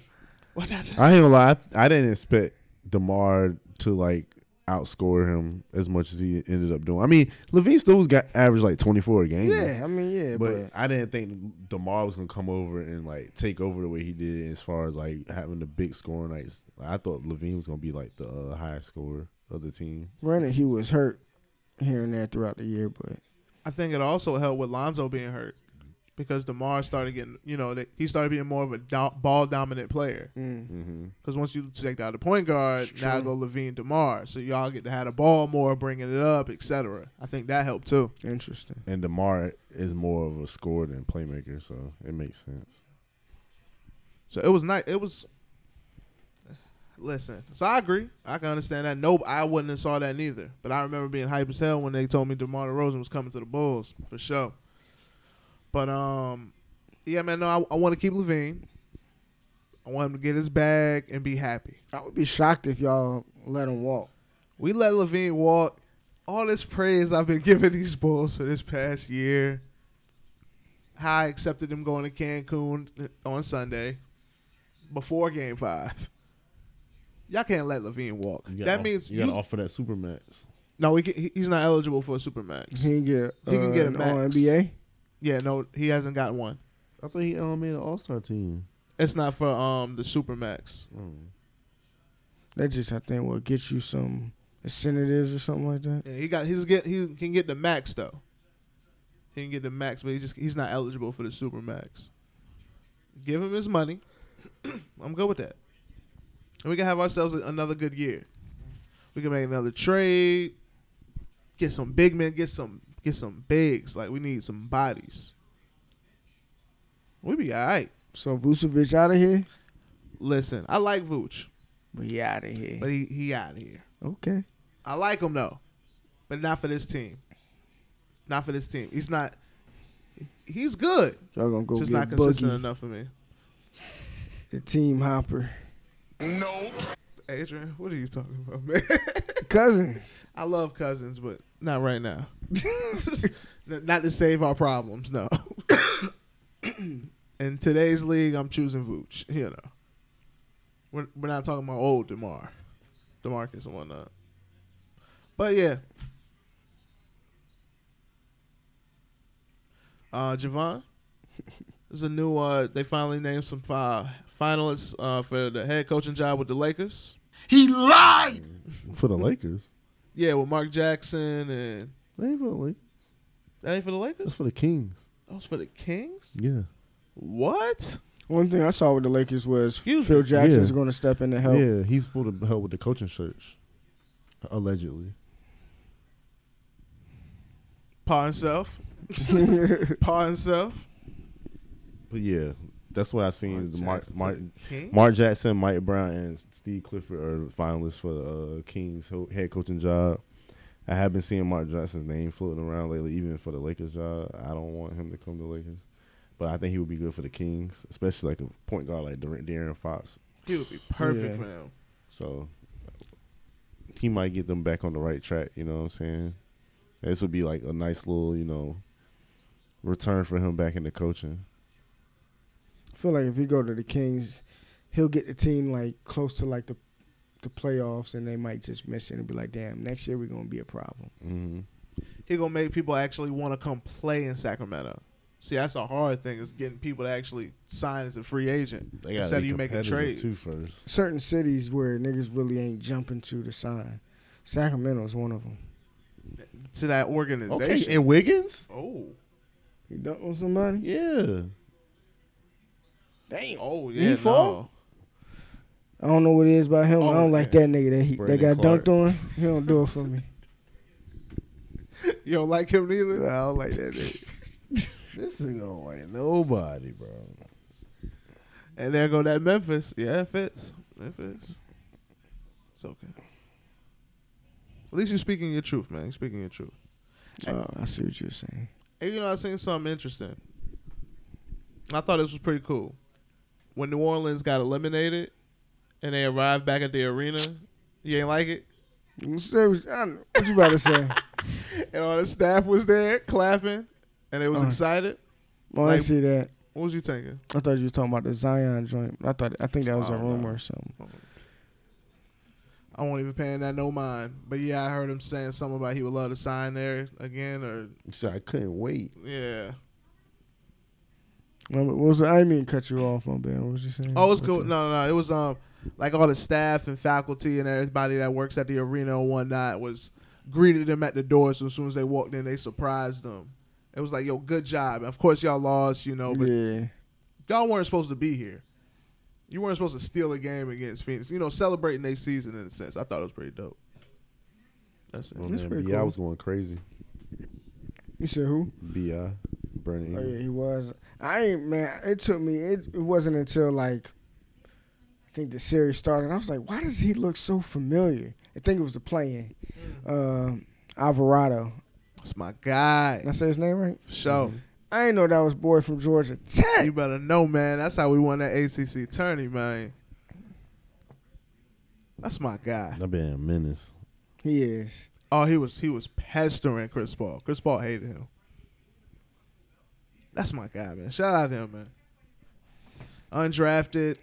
What's that?
I ain't gonna lie. I, I didn't expect DeMar to, like, outscore him as much as he ended up doing. I mean, Levine still got average like 24 a game.
Yeah, I mean, yeah,
But
but,
I didn't think Demar was gonna come over and like take over the way he did as far as like having the big scoring nights. I thought Levine was gonna be like the uh, highest scorer of the team.
granted, he was hurt here and there throughout the year, but
I think it also helped with Lonzo being hurt because Demar started getting, you know, that he started being more of a do- ball dominant player.
mm,
Mm-hmm.
Because once you take out the point guard,
It's
now
true.
go Levine, Demar, so y'all get to have the ball more, bringing it up, etc. I think that helped too.
interesting.
And Demar is more of a scorer than playmaker, so it makes sense.
So it was nice. It was. Listen, so I agree. I can understand that. Nope, I wouldn't have saw that neither. But I remember being hype as hell when they told me DeMar DeRozan was coming to the Bulls for sure. But um, yeah, man. No, I, I want to keep Levine. I want him to get his bag and be happy.
I would be shocked if y'all let him walk.
We let Levine walk. All this praise I've been giving these Bulls for this past year. How I accepted them going to Cancun on Sunday before Game Five. Y'all can't let Levine walk. That means you,
offer that supermax.
no. We can, he- he's not eligible for a supermax.
He can get,
He can
uh,
get a
an
max.
All-NBA.
Yeah, no, he hasn't got one.
I thought he um, made an All Star team.
It's not for um the supermax.
That just, I think, will get you some incentives or something like that.
Yeah, he got he's get he can get the max though. He can get the max, but he just he's not eligible for the super max. Give him his money. I'm good with that. And we can have ourselves another good year. We can make another trade. Get some big men, get some get some bigs. Like we need some bodies. We be alright.
So Vucevic out of here,
Listen, I like Vooch,
but he out of here.
but he, he out of here.
Okay.
I like him though. but not for this team. Not for this team. He's not. He's good.
Y'all gonna go
just
get
not consistent
Boogie,
enough for me.
the team hopper.
Adrian, what are you talking about, man?
Cousins.
I love cousins, but not right now. N- not to save our problems, no. In today's league, I'm choosing Vooch. You know, we're, we're not talking about old Demar, Demarcus and whatnot. uh, But yeah, uh, Javon, there's a new. Uh, they finally named some fi- finalists uh, for the head coaching job with the Lakers.
for the Lakers.
Yeah, with Mark Jackson and
They ain't for the Lakers.
that ain't for the Lakers.
That's for the Kings.
That was for the Kings.
Yeah.
What?
One thing I saw with the Lakers was
Excuse
Phil
me.
Jackson's
Yeah.
going to step in to help.
Yeah, he's supposed to help with the coaching search, allegedly.
Paw himself. Paw himself.
But yeah, that's what I seen. The Mark,
Jackson.
Mark,
Kings?
Mark Jackson, Mike Brown, and Steve Clifford are the finalists for the uh, Kings ho- head coaching job. I have been seeing Mark Jackson's name floating around lately, even for the Lakers job. I don't want him to come to Lakers, but I think he would be good for the Kings, especially like a point guard like Dar- Darren Fox.
He would be perfect
Yeah.
for them.
So he might get them back on the right track. You know what I'm saying? This would be like a nice little, you know, return for him back into coaching.
I feel like if he go to the Kings, he'll get the team like close to like the the playoffs, and they might just miss it and be like, "Damn, next year we're gonna be a problem."
Mm-hmm.
He gonna make people actually want to come play in Sacramento. See, that's a hard thing is getting people to actually sign as a free agent instead of you making trades.
too first.
Certain cities where niggas really ain't jumping to the sign. Sacramento's one of them.
to that
Okay,
organization.
and Wiggins?
oh,
You dunk on somebody?
Yeah.
Damn.
oh yeah, no.
fall? I don't know what it is about him. I
Oh,
don't like
yeah.
that nigga that he that
Brandon
got
Clark.
dunked on. He don't do it for me.
You don't like him
I
neither.
don't like that nigga.
This is gonna like nobody, bro.
And there go that Memphis. Yeah, it fits. It fits. It's okay. At least you're speaking your truth, man. You're speaking your truth.
Oh, I see what you're saying.
And you know, I seen something interesting. I thought this was pretty cool. When New Orleans got eliminated and they arrived back at the arena, you ain't like it?
You say what I don't- what you about to say?
And all the staff was there clapping and they was
Uh.
excited.
Well, I
Like-
see that.
What was you thinking?
I thought you were talking about the Zion joint. I thought I think that was
Oh,
a
no.
rumor or something.
I won't even pay that no mind. But yeah, I heard him saying something about he would love to sign there again or
So I couldn't wait.
yeah.
Well, What was it? I didn't mean to cut you off, my bad. What was you saying?
Oh, it's
What
cool.
the-
No, no, no. It was um like all the staff and faculty and everybody that works at the arena and whatnot was greeted them at the door. So as soon as they walked in, they surprised them. It was like, yo, good job. Of course, y'all lost, you know, but
yeah.
y'all weren't supposed to be here. You weren't supposed to steal a game against Phoenix. You know, celebrating their season in a sense. I thought it was pretty dope. That's it.
Oh,
That's
man,
pretty
Bi
cool.
was going crazy.
You said who?
Bi, Bernie.
Oh yeah, he was. I ain't man. It took me. It, it wasn't until like I think the series started. I was like, why does he look so familiar? I think it was the playing um, Alvarado.
That's my
Did
guy.
I say his name right?
For sure.
I ain't know that was boy from Georgia Tech.
You better know, man. That's how we won that ACC tourney, man. That's my guy.
I've been a menace.
He is.
Oh, he was he was pestering Chris Paul. Chris Paul hated him. That's my guy, man. Shout out to him, man. Undrafted,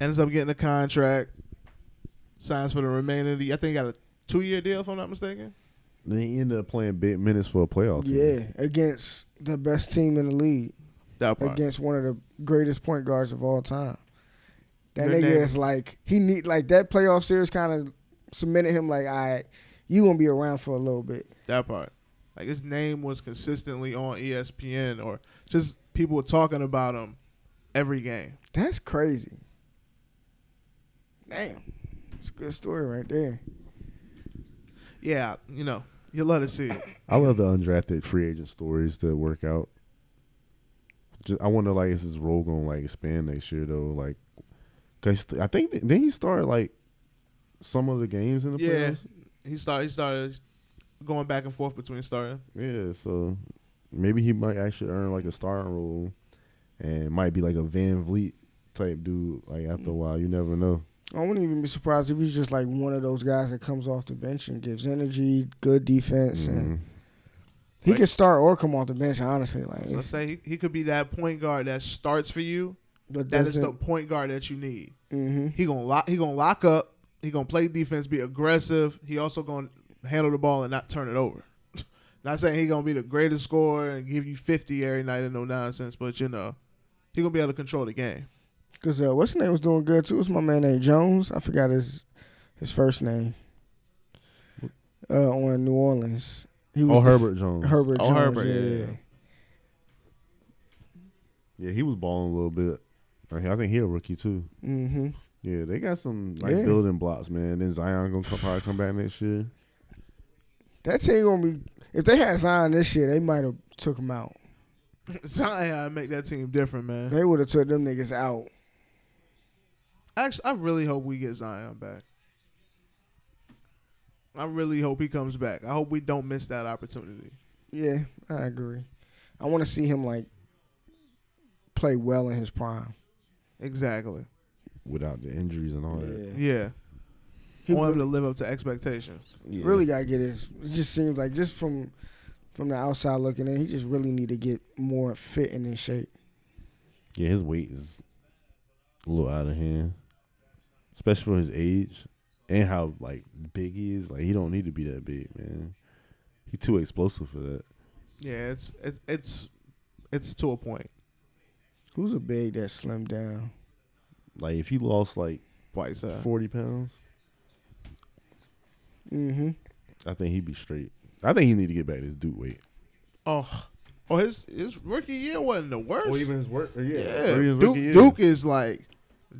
ends up getting a contract. Signs for the remainder. Of the, I think he got a two year deal, if I'm not mistaken.
Then he ended up playing big minutes for a playoff team.
Yeah, against the best team in the league,
That part.
against one of the greatest point guards of all time. That
Your
nigga
name-
is like he need like that playoff series kind of cemented him like, all right, you gonna be around for a little bit.
That part. Like his name was consistently on E ESPN or just people were talking about him every game.
That's crazy. Damn, it's a good story right there.
Yeah, you know, you love to see it.
I love the undrafted free agent stories that work out. Just, I wonder, like, is his role gonna like expand next year though? Like, cause th- I think th- then he started like some of the games in the
Yeah.
playoffs.
He started. He started. going back and forth between starting.
Yeah, so maybe he might actually earn like a starting role, and might be like a Van Vliet type dude. Like after a while, you never know.
I wouldn't even be surprised if he's just like one of those guys that comes off the bench and gives energy, good defense, and
Mhm.
he
Like-
can start or come off the bench. Honestly, like
So let's
it's-
say he, he could be that point guard that starts for you.
but
That is the point guard that you need.
hmm
He gonna lock. He gonna lock up. He gonna play defense, be aggressive. He also gonna handle the ball and not turn it over. not saying he gonna be the greatest scorer and give you fifty every night and no nonsense, but you know, he gonna be able to control the game.
Cause uh, what's his name was doing good too. It's my man named Jones. I forgot his his first name. Uh, on New Orleans, he
Oh,
the f-
Herbert Jones.
Herbert.
Oh,
Jones,
Herbert, yeah,
yeah.
yeah.
Yeah, he was balling a little bit. Like, I think he a rookie too.
Mm-hmm.
Yeah, they got some like
Yeah.
building blocks, man. Then Zion gonna come, probably come back next year.
That team gonna be. If they had Zion this year, they might have took him out.
Zion make that team different, man.
They would have took them niggas out.
Actually, I really hope we get Zion back. I really hope he comes back. I hope we don't miss that opportunity.
Yeah, I agree. I want to see him like play well in his prime.
Exactly.
without the injuries and all that.
Yeah,
Oh, Yeah.
He
want him to live up to expectations.
Yeah.
really gotta get his. It just seems like just from from the outside looking in, he just really need to get more fit and in shape.
Yeah, his weight is a little out of hand, especially for his age and how like big he is. Like he don't need to be that big, man. He too explosive for that.
Yeah, it's it's it's it's to a point.
Who's a big that slimmed down?
Like if he lost like
White side.
forty pounds,
Mm-hmm.
I think he'd be straight. I think he need to get back to his dude weight,
Oh, oh, his his rookie year wasn't the worst.
his work.
yeah,
or even his
Duke,
rookie year.
Duke is like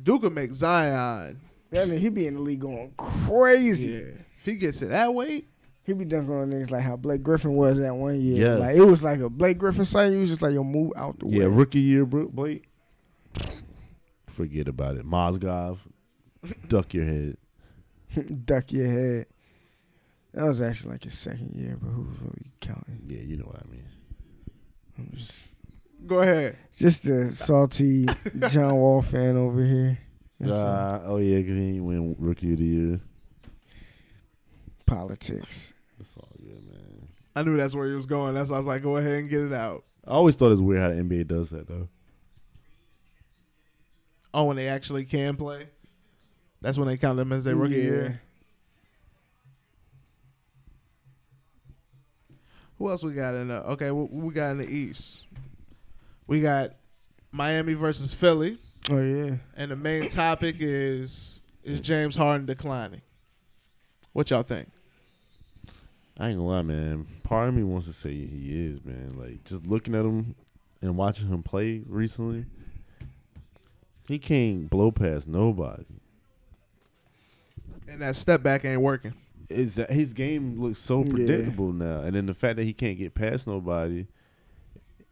Duke could make Zion.
That nigga, he be in the league going crazy.
Yeah, if he gets it that weight,
He be dunking on niggas like how Blake Griffin was that one year.
Yeah.
Like it was like a Blake Griffin sign. You was just like, yo, move out the
Yeah,
way.
rookie year, Bro- Blake. Forget about it, Mozgov. duck your head.
Duck your head. That was actually like his second year, but who's really counting?
Yeah, you know what I mean.
I'm just
go ahead.
just a salty John Wall fan over here. You know what I'm saying?
Uh, oh yeah, because he ain't win rookie of the year.
Politics.
That's all good, man.
I knew that's where he was going. That's why I was like, go ahead and get it out.
I always thought it's weird how the NBA does that though.
Oh, when they actually can play, that's when they count them as their rookie
Yeah.
year. Who else we got in the okay? What what we got in the East? We got Miami versus Philly,
Oh yeah.
and the main topic is is James Harden declining. What y'all think?
I ain't gonna lie, man. Part of me wants to say he is, man. Like just looking at him and watching him play recently, he can't blow past nobody.
And that step back ain't working.
Is that his game looks so
Yeah.
predictable now, and then the fact that he can't get past nobody,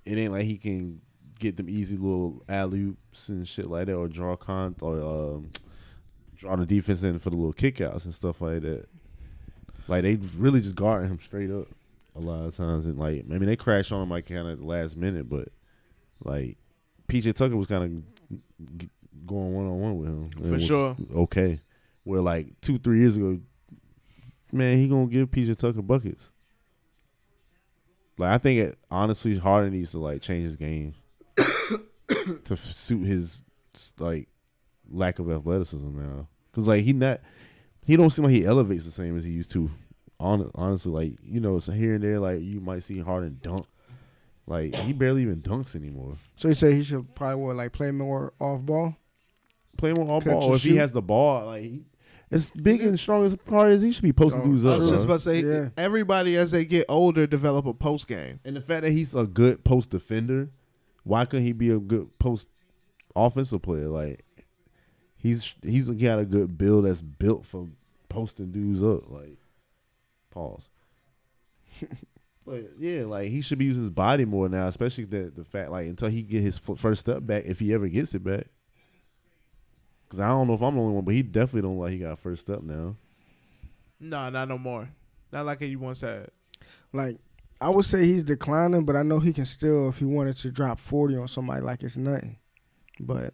it ain't like he can get them easy little alley oops and shit like that, or draw con or um, draw the defense in for the little kickouts and stuff like that. Like they really just guarding him straight up a lot of times, and like I mean they crash on him like kind of last minute, but like PJ Tucker was kind of g- going one on one with him and
For
was
sure.
Okay, where like two three years ago, man, he gonna give PJ Tucker buckets. Like I think it, honestly, Harden needs to like change his game to f- suit his like lack of athleticism now. Cause like he not, he don't seem like he elevates the same as he used to. Hon- honestly, like you know, so here and there, like you might see Harden dunk. Like he barely even dunks anymore.
So you say he should probably what, like play more off ball?
Play more all
Catch
ball,
and
or if he
shoot.
has the ball, like he, as big and strong as Harden is, he should be posting
Oh,
dudes
I
up.
was
bro.
just about to say,
Yeah.
everybody as they get older develop a post game.
And the fact that he's a good post defender, why couldn't he be a good post offensive player? Like he's he's got a good build that's built for posting dudes up. Like pause. like yeah, like he should be using his body more now, especially the the fact like until he get his f- first step back, if he ever gets it back. Cause I don't know if I'm the only one, but he definitely don't like he got a first step now.
No, not no more. Not like he once had.
Like I would say he's declining, but I know he can still if he wanted to drop forty on somebody like it's nothing. But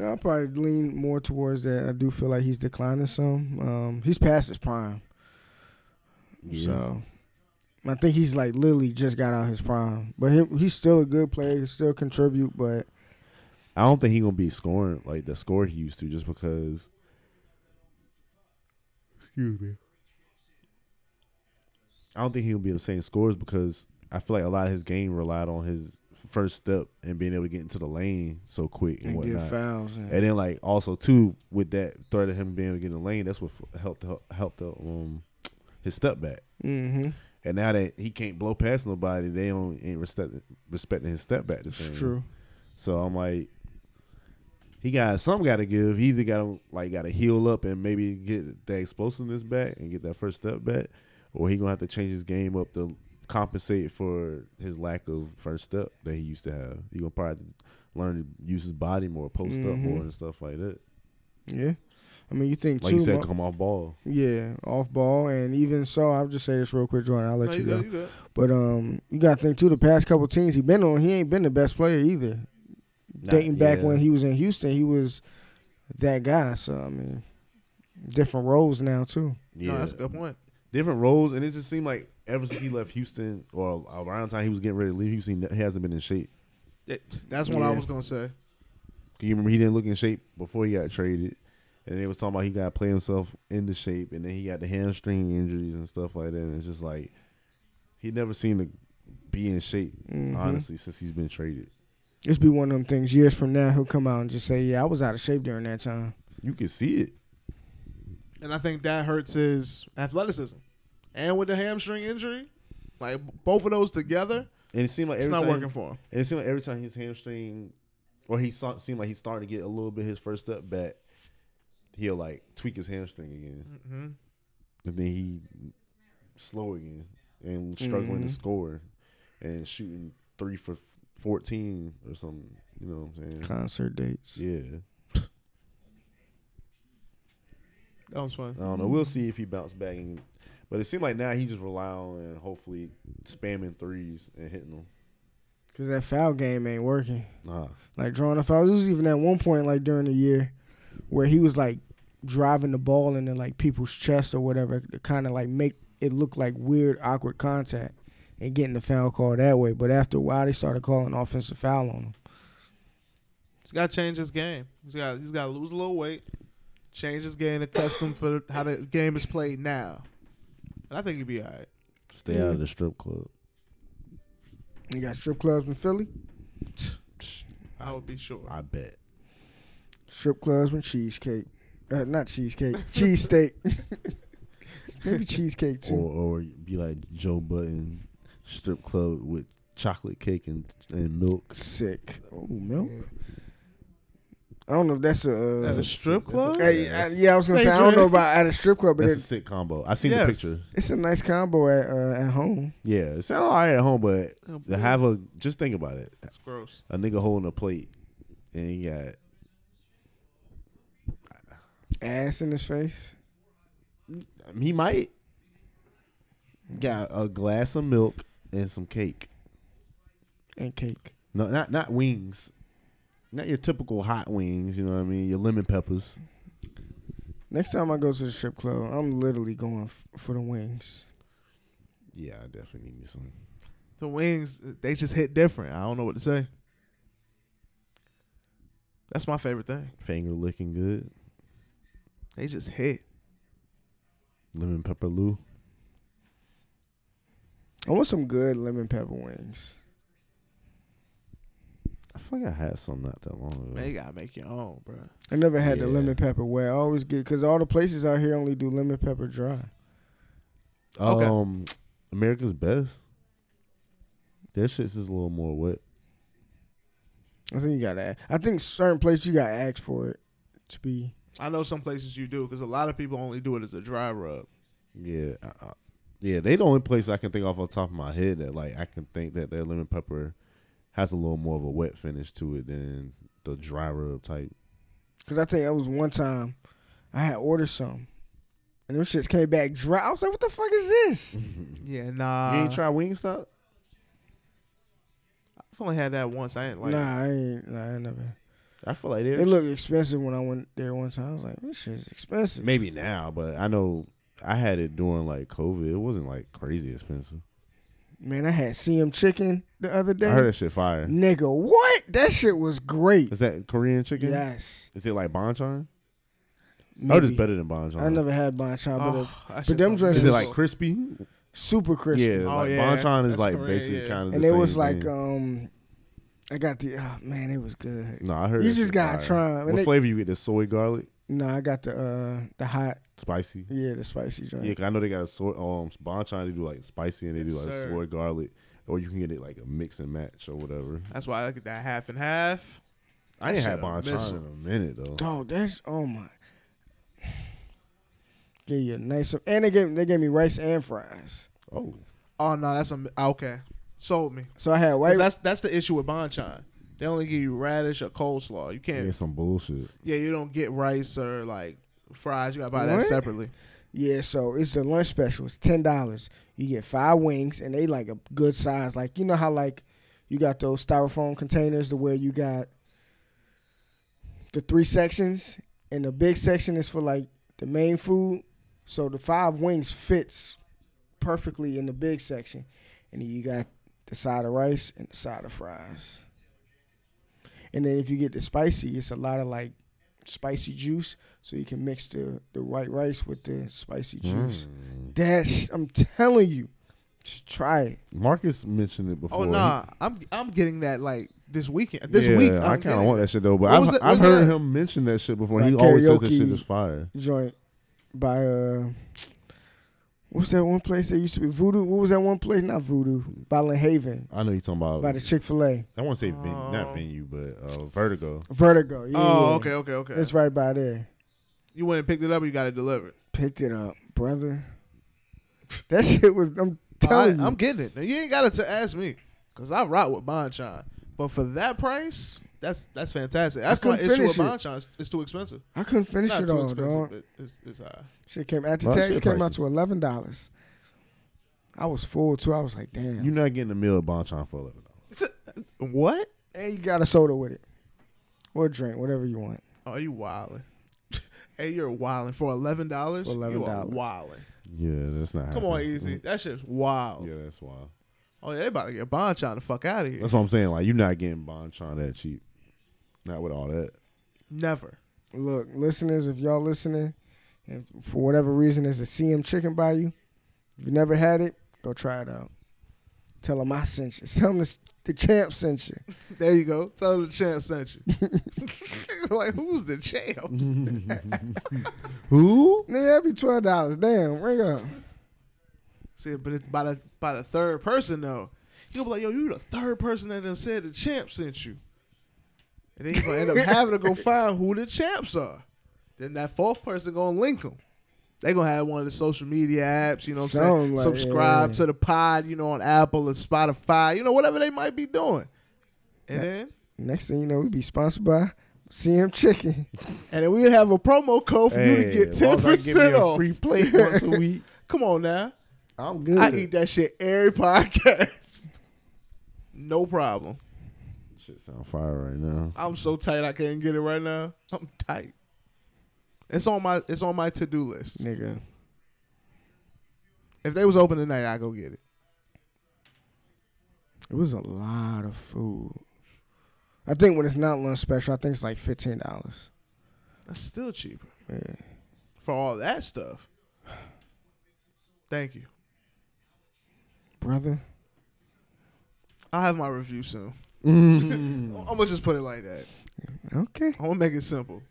I'll probably lean more towards that. I do feel like he's declining some. Um, he's past his prime,
Yeah.
so I think he's like literally just got out his prime. But he, he's still a good player. He can still contribute, but
I don't think he gonna be scoring like the score he used to just because. Excuse me. I don't think he'll be the same scores because I feel like a lot of his game relied on his first step and being able to get into the lane so quick and
he get
whatnot. Eh.
fouls. And,
And then like also too with that threat of him being able to get in the lane, that's what f- helped helped uh, um his step back.
mm-hmm.
And now that he can't blow past nobody, they don't ain't respect, respecting his step back. The
It's
same.
true.
So I'm like, he got some got to give. He either got to like got to heal up and maybe get that explosiveness back and get that first step back, or he gonna have to change his game up to compensate for his lack of first step that he used to have. He gonna probably have to learn to use his body more, post up
Mhm.
more, and stuff like that.
Yeah, I mean you think
Like
too.
you said,
Mo-
come off ball.
Yeah, off ball, and even so, I'll just say this real quick, Jordan. I'll let
No,
you
you
go.
good, you good.
But um, you got to think too. The past couple teams he been on, he ain't been the best player either.
Nah,
Dating back
yeah.
when he was in Houston, he was that guy. So I mean, different roles now too.
No, that's a good point.
different roles, and it just seemed like ever since he left Houston or around the time he was getting ready to leave Houston, he hasn't been in shape.
That- that's what I
Yeah.
was gonna say.
You remember he didn't look in shape before he got traded, and they was talking about he got to play himself into shape, and then he got the hamstring injuries and stuff like that. And it's just like he never seemed to be in shape,
Mm-hmm.
Mhm.
honestly, since he's been traded.
It's be one of them things. Years from now, he'll come out and just say, "Yeah, I was out of shape during that time."
You can see it.
And I think that hurts his athleticism. And with the hamstring injury, like both of those together,
And it seemed like
it's
every
not
time,
working for him.
And it seemed like every time his hamstring, or he saw, seemed like he started to get a little bit his first step back, he'll like tweak his hamstring again.
hmm
and then he slow again and struggling
Mhm.
to score and shooting three for f- fourteen or something. You know what I'm saying?
Concert dates.
Yeah,
That was fun.
I don't know. We'll see if he bounced back. And, but it seemed like now he just rely on hopefully spamming threes and hitting them.
Cause that foul game ain't working.
Nah,
Like drawing a foul. It was even at one point like during the year where he was like driving the ball into like people's chest or whatever to kind of like make it look like weird, awkward contact and getting the foul call that way. But after a while, they started calling offensive foul on him.
He's got to change his game. He's got he's got to lose a little weight, change his game to custom for how the game is played now. And I think he'd be all right.
stay out of the strip club.
You got strip clubs in Philly,
I would be sure.
I bet.
strip clubs with cheesecake. Uh, not cheesecake, cheesesteak. Maybe cheesecake
Or
too.
or be like Joe Button, strip club with chocolate cake and and milk.
Sick. Oh, milk. I don't know if that's a. Uh,
As a strip club,
Hey, I, yeah, I was gonna
Thank
say I don't
you.
know about at a strip club, but
That's a
it,
sick combo. I seen
Yes.
the picture.
it's a nice combo at uh, at home.
Yeah, it sounds all right at home, but
Oh,
to have a just think about it.
it's gross.
A nigga holding a plate and he got
Ass in his face.
I mean, he might got a glass of milk and some cake.
and cake.
No, not not wings. Not your typical hot wings, you know what I mean? Your lemon peppers.
Next time I go to the strip club, I'm literally going f- for the wings.
Yeah, I definitely need me some.
The wings they just hit different. I don't know what to say. That's my favorite thing.
Finger licking good.
They just hit.
Lemon pepper lou.
I want some good lemon pepper wings.
I feel like I had some not that long ago.
Man, you gotta make your own, bro.
I never had the
Yeah.
lemon pepper wet. I always get because all the places out here only do lemon pepper dry.
Okay.
Um America's best. Their shit's is a little more wet.
I think you gotta. a- I think certain places you gotta ask for it to be.
I know some places you do because a lot of people only do it as a dry rub.
Yeah, I, I- yeah. They the only place I can think off the top of my head that like I can think that their lemon pepper has a little more of a wet finish to it than the dry rub type.
Because I think that was one time I had ordered some, And them shits came back dry. I was like, what the fuck is this?
Yeah,
you
nah.
ain't try Wingstop?
I've only had that once. I ain't like.
nah, I ain't, nah, I never.
I feel like
It looked expensive when I went there one time. I was like, this shit's expensive.
maybe now, but I know I had it during like COVID. It wasn't like crazy expensive.
Man, I had CM chicken the other day.
I heard that shit fire.
Nigga, what? That shit was great.
Is that Korean chicken?
Yes.
Is it like banchan? I heard
Maybe.
it's better than banchan.
I never had banchan, but
Oh,
it's
that shit's
but them
so
joints
Is it
good.
like crispy?
super crispy.
Yeah,
Oh,
like
yeah.
banchan is
That's
like
Korean,
basically
yeah.
kind of.
and
the
it
same
was like,
thing.
um, I got the oh, man, it was good.
no, I heard
you
that
just
shit
gotta
fire.
try 'em. And
What
they-
flavor you get? The soy garlic,
No, I got the uh the hot,
spicy.
yeah, the spicy joint.
Yeah, 'cause I know they got a soy um banchan. They do like spicy and they do
Yes,
like
sir.
soy garlic, or you can get it like a mix and match or whatever.
That's why I like that half and half.
I ain't
That
had
shit a
banchan
missile.
in a minute though.
Dog, that's oh my. Give you a nice and they gave they gave me rice and fries.
Oh,
Oh no, that's a m- okay. Sold me.
So I had
'Cause
white.
That's that's the issue with banchan. They only give you radish or coleslaw. You can't.
yeah, some bullshit.
Yeah, you don't get rice or like fries. You gotta buy that
What?
separately.
yeah, so it's the lunch special. It's ten dollars. You get five wings, and they like a good size. Like you know how like you got those styrofoam containers to where you got the three sections, and the big section is for like the main food. So the five wings fits perfectly in the big section, and then you got the side of rice and the side of fries. And then if you get the spicy, it's a lot of like spicy juice, so you can mix the the white rice with the spicy juice.
Mm.
That's I'm telling you, just try it.
Marcus mentioned it before.
Oh nah, I'm I'm getting that like this weekend. This
yeah,
week
I
I'm
kind of
getting
want that shit though. But
What
I've,
was that-
I've
what was
heard
that?
him mention that shit before. and
Like
he always says that
karaoke.
shit is fire.
Joint by uh, what's that one place that used to be Voodoo? What was that one place? Not Voodoo, by Haven,
I know you talking about.
by the Chick Fil A,
I want to say ven-
Oh.
not venue, but uh, Vertigo.
Vertigo. Yeah,
Oh
yeah.
okay okay okay.
It's right by there.
You went and picked it up. or You got it delivered.
Picked it up, brother. That shit was. I'm
I,
telling you.
I'm getting it. Now, you ain't gotta to ask me, cause I rock with banchan. But for that price, that's that's fantastic. That's my
couldn't
issue with
finish it.
banchan. It's, it's too expensive.
I couldn't finish
Not
it
too
all,
expensive,
dog.
but it's, it's high.
Shit came after
Well,
tax
shit
came out
prices.
to eleven dollars. I was full too. I was like, damn.
You're not getting a meal at Bonchon for eleven dollars.
It's a, what?
and you got a soda with it, or a drink, whatever you want.
Are Oh, you wilding? hey, you're wilding for eleven dollars.
For
you are
$11.
wilding.
Yeah, that's not.
Come on,
happening. Mm-hmm.
easy. That shit's wild.
Yeah, that's wild.
Oh yeah, they about to get banchan the fuck out of here.
That's what I'm saying. Like you're not getting Bonchon that cheap. Not with all that.
Never.
Look, listeners, if y'all listening, and for whatever reason there's a CM chicken by you, if you never had it, go try it out. Tell them I sent you. Tell them the, the champ sent you.
There you go. Tell them the champ sent you. like who's the champ?
Who?
Nigga, that'd be twelve dollars. Damn, ring up.
See, but it's by the by the third person though. You'll be like, yo, you the third person that done said the champ sent you. And then you gonna end up having to go find who the champs are. Then that fourth person gonna link them. They gonna have one of the social media apps, you know what I'm saying?
Sound like-
Subscribe
yeah.
to the pod, you know, on Apple or Spotify, you know, whatever they might be doing. And then
Next thing you know, we be sponsored by CM Chicken.
and then we have a promo code for you to
Hey,
get
as long
ten
as I give me
percent
a
off.
free plate once a week.
Come on now.
I'm good.
I eat that shit every podcast. No problem.
Shit sound fire right now.
I'm so tight I can't get it right now. I'm tight. It's on my it's on my to do list.
Nigga.
If they was open tonight, I go get it.
It was a lot of food. I think when it's not lunch special, I think it's like fifteen dollars.
That's still cheaper
Yeah.
for all that stuff. Thank you.
Brother.
I'll have my review soon. I'm gonna just put it like that.
Okay.
I'm gonna make it simple.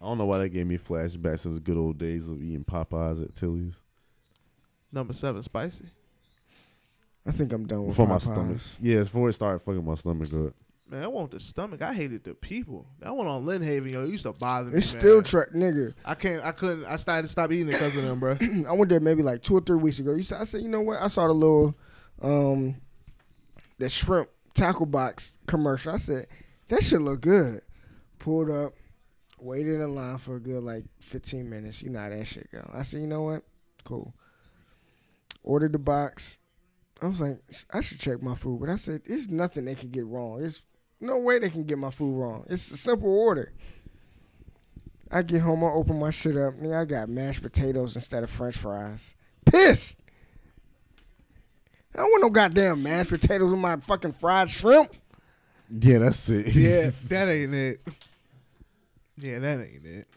I don't know why that gave me flashbacks of the good old days of eating Popeyes at Tilly's.
Number seven, spicy.
I think I'm done with
Before my
Popeyes.
stomach. Yeah, before it started fucking my stomach up.
Man, I want the stomach. I hated the people. That one on Lynn Haven, yo, it used to bother me.
It's
man.
still track, nigga.
I can't. I couldn't. I started to stop eating it because of them, bro.
I went there maybe like two or three weeks ago. You said, I said, you know what? I saw the little, um, the shrimp tackle box commercial. I said, that should look good. Pulled up, Waited in line for a good like 15 minutes. You know how that shit go. I said, you know what? Cool. Ordered the box. I was like, "Sh- I should check my food, but I said, there's nothing they can get wrong. There's no way they can get my food wrong. It's a simple order. I get home, I open my shit up, nigga. I got mashed potatoes instead of French fries. Pissed. I don't want no goddamn mashed potatoes with my fucking fried shrimp.
Yeah, that's it.
Yeah, that ain't it. Yeah, that ain't it.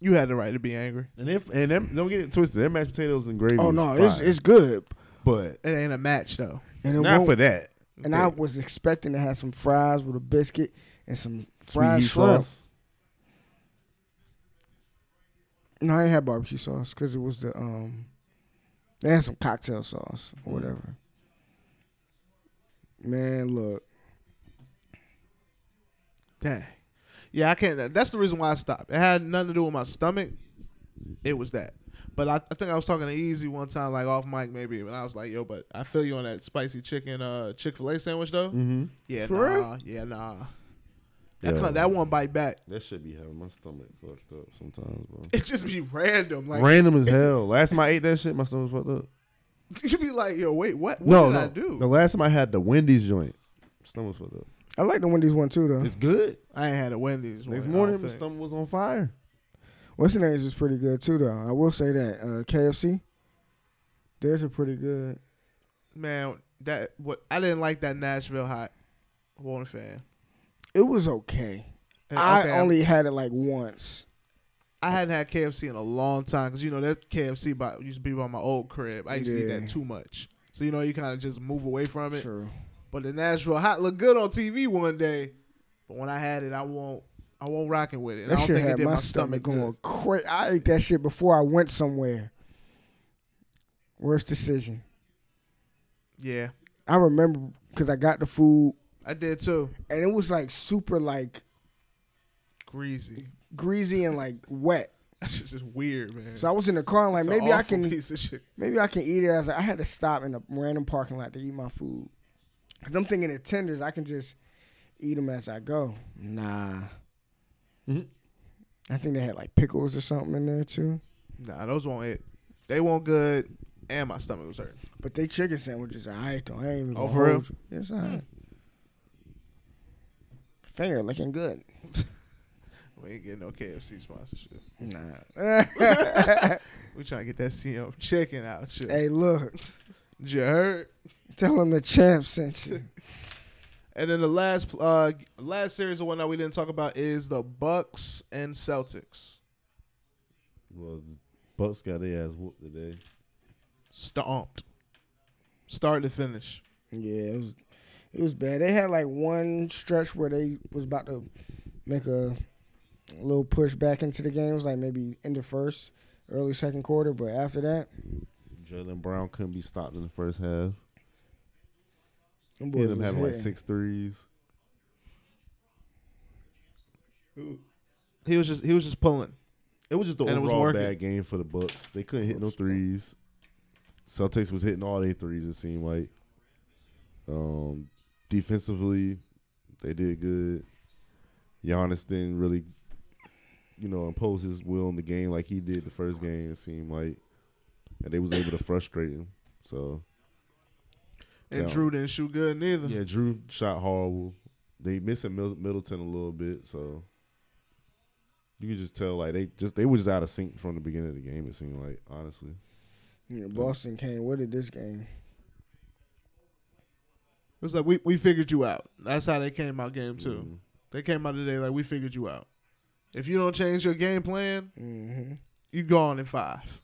You had the right to be angry.
And if and them, don't get it twisted. Their mashed potatoes and gravy.
Oh
is
no,
fire,
it's it's good.
but
It ain't a match though.
And it
not
won't-
for that.
And I was expecting to have some fries with a biscuit and some
Sweet
fried
heat
shrimp.
sauce.
No, I didn't have barbecue sauce because it was the um. They had some cocktail sauce or whatever. Man, look,
Dang. Yeah, I can't. That's the reason why I stopped. It had nothing to do with my stomach. It was that. But I, I think I was talking to Easy one time, like off mic maybe, and I was like, "Yo, but I feel you on that spicy chicken uh, Chick Fil A sandwich though."
Mm-hmm.
Yeah,
For
nah, yeah, nah. That
Yeah.
cut- that one bite back.
That should be having my stomach fucked up sometimes, bro.
It just be random. Like
Random as hell. Last time I ate that shit, my stomach was fucked up.
you be like, "Yo, wait, what? What
no,
did
no.
I do?"
The last time I had the Wendy's joint, my stomach was fucked up.
I like the Wendy's one too though.
It's good.
I ain't had a Wendy's.
Next
one, I
morning,
don't
my
think.
stomach was on fire.
What's the name is pretty good too though. I will say that uh, KFC, theirs are pretty good.
man, that what I didn't like that Nashville hot. Wasn't a fan.
It was okay.
And, okay,
I
I'm-
only had it like once.
I hadn't had KFC in a long time because you know that KFC by, used to be by my old crib. I used to eat
Yeah.
that too much, so you know you kind of just move away from it.
True.
But the Nashville hot looked good on TV one day, but when I had it, I won't, I won't rocking with it. And
That
I don't
shit
think it
had
did
my stomach
good.
going crazy. I ate that shit before I went somewhere. Worst decision.
Yeah,
I remember because I got the food
I did too.
and it was like super like
Greasy.
greasy and like wet.
That shit's just weird, man.
So I was in the car and like
It's an
maybe I
awful
can
piece of shit.
maybe I can eat it. I was like I had to stop in a random parking lot to eat my food because I'm thinking of tenders. I can just eat them as I go. Nah.
Mm-hmm.
Mhm.
I think they had like pickles or something in there too.
Nah, those won't it. They won't good, and my stomach was hurting.
But they chicken sandwiches are alright though. I ain't even
Oh,
gonna
for real?
hold you. It's alright. Finger looking good.
We ain't getting no KFC sponsorship.
Nah.
We trying to get that CM chicken out. Shit.
hey, look.
Did you heard?
Tell them the champ sent you.
And then the last uh last series of one that we didn't talk about is the Bucks and Celtics.
Well, Bucks got their ass whooped today.
Stomped. Start to finish.
Yeah, it was it was bad. They had like one stretch where they was about to make a little push back into the game. It was like maybe in the first, early second quarter, but after that,
Jalen Brown couldn't be stopped in the first half.
them
He
boys
ended up
was
having like
hitting.
six threes.
He was just he was just pulling.
It was just the
And it was
overall
working.
bad game for the Bucks. They couldn't hit no threes. Celtics was hitting all their threes. It seemed like. Um, defensively, they did good. Giannis didn't really, you know, impose his will in the game like he did the first game. It seemed like, and they was able to frustrate him. So
And
Yeah.
Drew didn't shoot good neither.
yeah, Drew shot horrible. They missing Mil- Middleton a little bit, so you could just tell like they just they were just out of sync from the beginning of the game. It seemed like honestly.
Yeah, Boston came with it this game.
It was like we, we figured you out. That's how they came out game two.
Mhm.
They came out today like we figured you out. If you don't change your game plan,
hmm
you gone in five.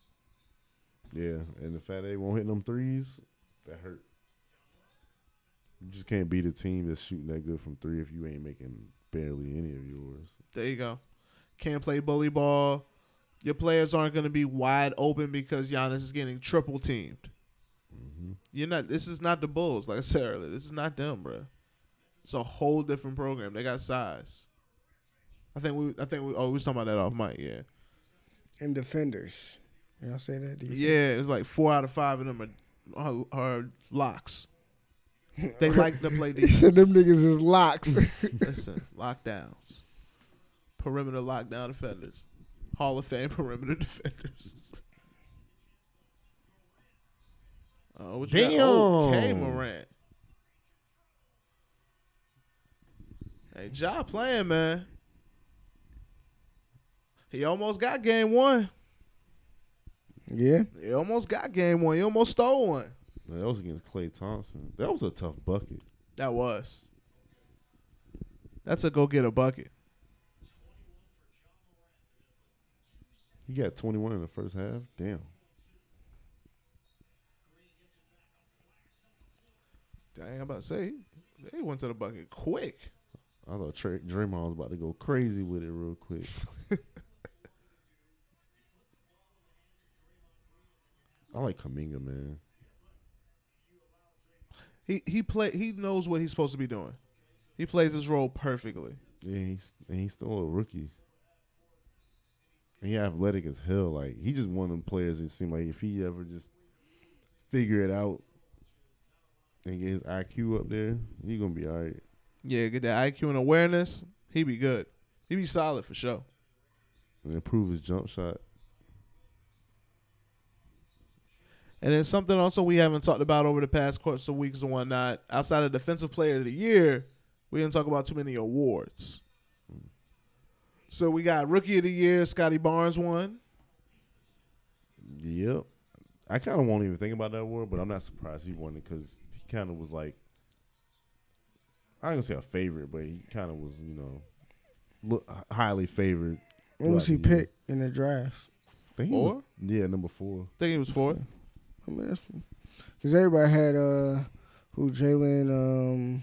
Yeah, and the fact they won't hit them threes, that hurt. You just can't beat a team that's shooting that good from three if you ain't making barely any of yours.
There you go. Can't play bully ball. Your players aren't going to be wide open because Giannis is getting triple teamed.
hmm
You're not. This is not the Bulls, like I said earlier. This is not them, bro. It's a whole different program. They got size. I think we. I think we. Oh, we was talking about that off mic. Yeah.
And defenders. Y'all say that? defense?
Yeah. It's like four out of five of them are are, are locks. They like to play
He
defense. Mm.
said them niggas is locks.
Listen, lockdowns. perimeter lockdown defenders, Hall of Fame perimeter defenders. Oh, what you got? Okay,
Damn.
Morant. Hey, Ja playing, man. He almost got game one.
Yeah.
He almost got game one. He almost stole one.
Nah, That was against Clay Thompson. That was a tough bucket.
That was. That's a go get a bucket.
He got 21 in the first half. Damn.
Dang, I'm about to say they went to the bucket quick.
I thought Tra- Draymond was about to go crazy with it real quick. I like Kaminga, man.
He he play he knows what he's supposed to be doing. He plays his role perfectly.
Yeah, he's and he's still a rookie. And he athletic as hell. Like he just one of them players. It seemed like if he ever just figure it out and get his IQ up there, he gonna be all right.
Yeah, get that IQ and awareness. He be good. He be solid for sure.
And improve his jump shot.
And then something also we haven't talked about over the past course of weeks and whatnot. Outside of defensive player of the year, we didn't talk about too many awards. So we got rookie of the year, Scotty Barnes won.
Yep. I kind of won't even think about that award, but I'm not surprised he won it because he kind of was like, I ain't gonna say a favorite, but he kind of was, you know, look, highly favored.
What was he
throughout the year.
picked in the draft?
I think he was-
Four?
yeah, number four.
I think he was fourth.
I mean, that's because everybody had uh, who Jalen um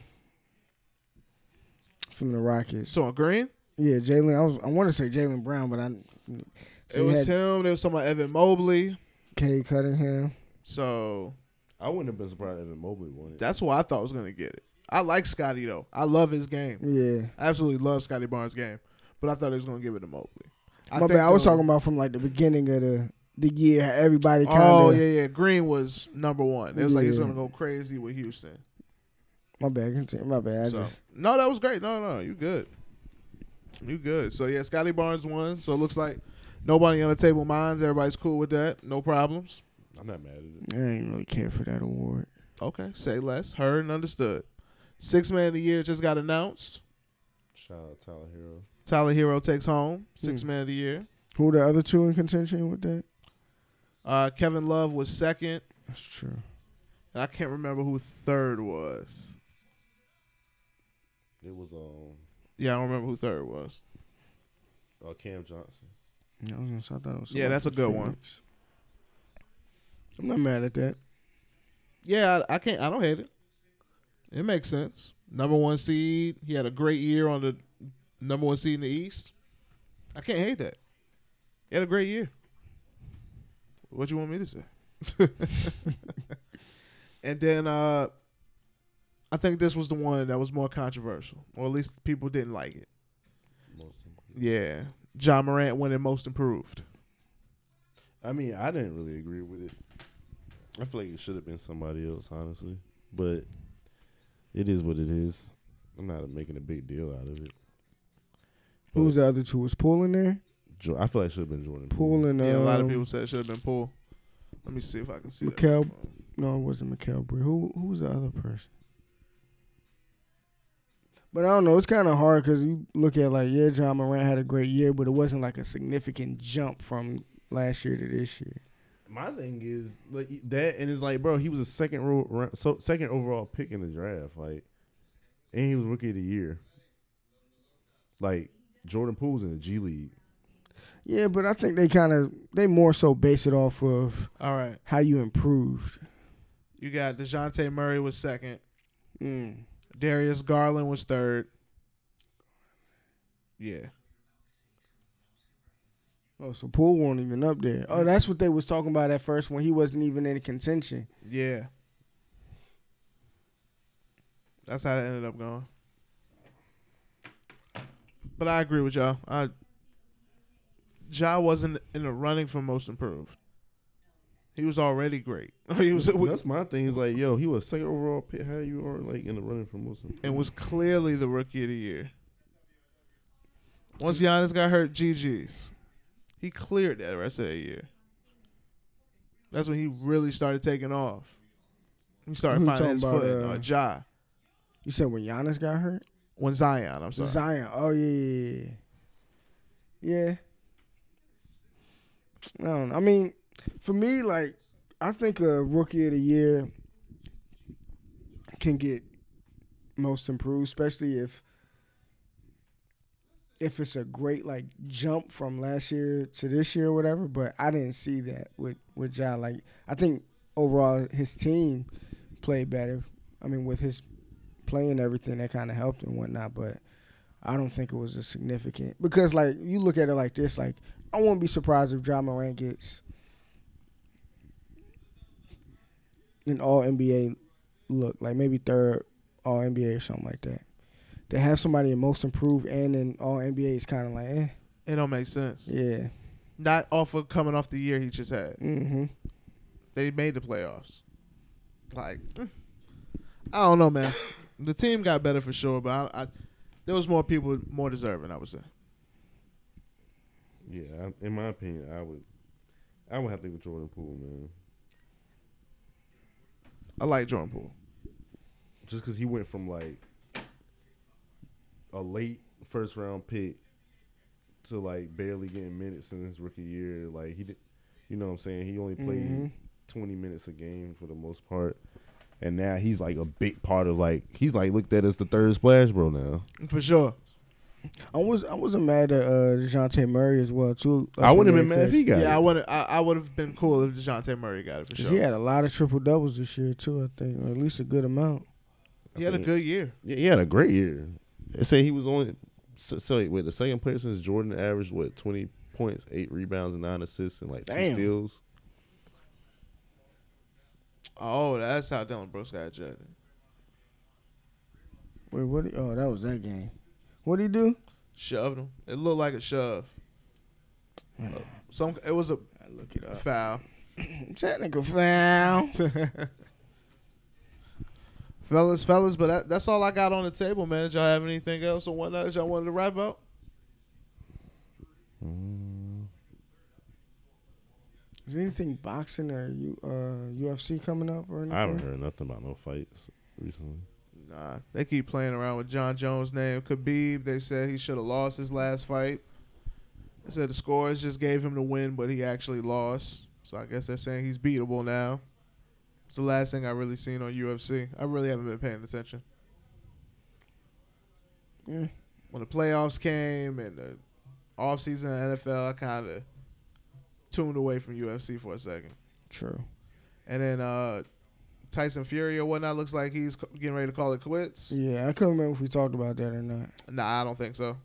from the Rockets.
So on Green,
Yeah, Jalen. I was I want to say Jalen Brown, but I
it
so he
was
had
him. There was someone Evan Mobley.
K Cunningham.
So
I wouldn't have been surprised if Mobley won it.
That's what I thought was gonna get it. I like Scotty though. I love his game.
Yeah,
I absolutely love Scotty Barnes' game. But I thought he was gonna give it to Mobley.
I but I was
though-
talking about from like the beginning of the the year. how Everybody kind of.
Oh yeah, yeah. Green was number one. It was like he's
Yeah.
gonna go crazy with Houston.
My bad. continue, My bad. I
so
just
no, that was great. No, no, you good. You good. So yeah, Scotty Barnes won. So it looks like nobody on the table minds. Everybody's cool with that. No problems.
I'm not mad at it.
I didn't really care for that award.
Okay, say less. Heard and understood. Six man of the year just got announced.
Shout out Tyler Hero.
Tyler Hero takes home six
Hmm.
man of the year.
Who were the other two in contention with that?
Uh, Kevin Love was second,
That's true.
and I can't remember who third was.
It was um
Yeah, I don't remember who third was.
uh, Cam Johnson.
Yeah, I was gonna say, I thought it was
Yeah,
somebody
that's a
from
good one.
Phoenix. I'm not mad at that.
Yeah, I, I can't. I don't hate it. It makes sense. Number one seed. He had a great year on the number one seed in the East. I can't hate that. He had a great year. What you want me to say? and then uh, I think this was the one that was more controversial, or at least people didn't like it.
Most improved.
Yeah, John Morant winning Most Improved.
I mean, I didn't really agree with it. I feel like it should have been somebody else, honestly. But it is what it is. I'm not making a big deal out of it.
Who was the other two? Was Poole in there?
Jo- I feel like it should have been Jordan. Poole.
Poole and
Yeah, a lot of
um,
people said it should have been Poole. Let me see if I can see. that.
Mikal- No, it wasn't Mikael Bridges. Who who was the other person? But I don't know. It's kind of hard because you look at like, yeah, John Morant had a great year, but it wasn't like a significant jump from last year to this year.
My thing is like that, and it's like, bro, he was a second ro- ra- so second overall pick in the draft, like, and he was rookie of the year. Like Jordan Poole's in the G League.
Yeah, but I think they kind of they more so base it off of
All right,
how you improved.
you got Dejounte Murray was second.
Mm.
Darius Garland was third. Yeah,
Oh, so Poole won't even up there. Oh, that's what they was talking about at first when he wasn't even in contention.
yeah. That's how it ended up going. But I agree with y'all. I Ja wasn't in the running for most improved. He was already great. he was
That's my thing. Is like, yo, he was second overall pick. How you
Mm-hmm.
are like in the running for most? improved?
and was clearly the rookie of the year. Once Giannis got hurt, GG's. He cleared that rest of that year. That's when he really started taking off. He started
Who you
finding his
talking about,
footing.
uh,
Uh, ja.
You said when Giannis got hurt?
When Zion, I'm sorry.
Zion. Oh yeah, yeah, yeah. Yeah. I don't know. I mean, for me, like I think a rookie of the year can get most improved, especially if if it's a great like jump from last year to this year or whatever. But I didn't see that with with Ja. Like I think overall his team played better. I mean, with his playing everything that kind of helped and whatnot, but I don't think it was a significant because like you look at it like this, like I wouldn't be surprised if John Moran gets an All NBA look, like maybe third All NBA or something like that. To have somebody in most improved and in All NBA is kind of like, eh,
It don't make sense.
yeah,
Not off of coming off the year he just had.
mm-hmm.
They made the playoffs. Like, mm. I don't know, man. the team got better for sure, but I, I there was more people more deserving. I would say.
Yeah, I, in my opinion, I would, I would have to go Jordan Poole, man,
I like Jordan Poole.
just because he went from like a late first round pick to like barely getting minutes in his rookie year. Like he did, you know what I'm saying? He only played
Mm-hmm.
Mhm.
20 minutes a game for the most part. And now he's like a big part of like he's like looked at as the third splash bro now.
For sure.
I was I wasn't mad at uh, Dejounte Murray as well too.
I wouldn't have been mad if he
because-
got
yeah, I
it.
would I, I would have been cool if DeJounte Murray got it for
'cause
sure.
He had a lot of triple doubles this year too, I think, or at least a good amount.
He had a good year.
Yeah, he had a great year. They say he was only so, so wait, the second player since Jordan averaged what twenty points, eight rebounds, and nine assists, and like two
Damn.
steals.
Oh, that's how Dylan Brooks got judged.
Wait, what? He, oh, that was that game. What would he do?
Shoved him. It looked like a shove. Uh, Some it was a
I look it
foul.
Technical foul.
fellas, fellas, but that, that's all I got on the table, man. Did y'all have anything else or whatnot that y'all wanted to wrap up?
Is there anything boxing or U, uh, UFC coming up or anything?
I haven't heard nothing about no fights recently.
Nah, they keep playing around with John Jones' name. Khabib, they said he should have lost his last fight. They said the scores just gave him the win, but he actually lost. So I guess they're saying he's beatable now. It's the last thing I really seen on UFC. I really haven't been paying attention.
Yeah.
When the playoffs came and the offseason of NFL, I kind of tuned away from UFC for a second.
True.
And then uh, Tyson Fury or whatnot looks like he's c- getting ready to call it quits.
Yeah, I couldn't remember if we talked about that or not.
Nah, I don't think so.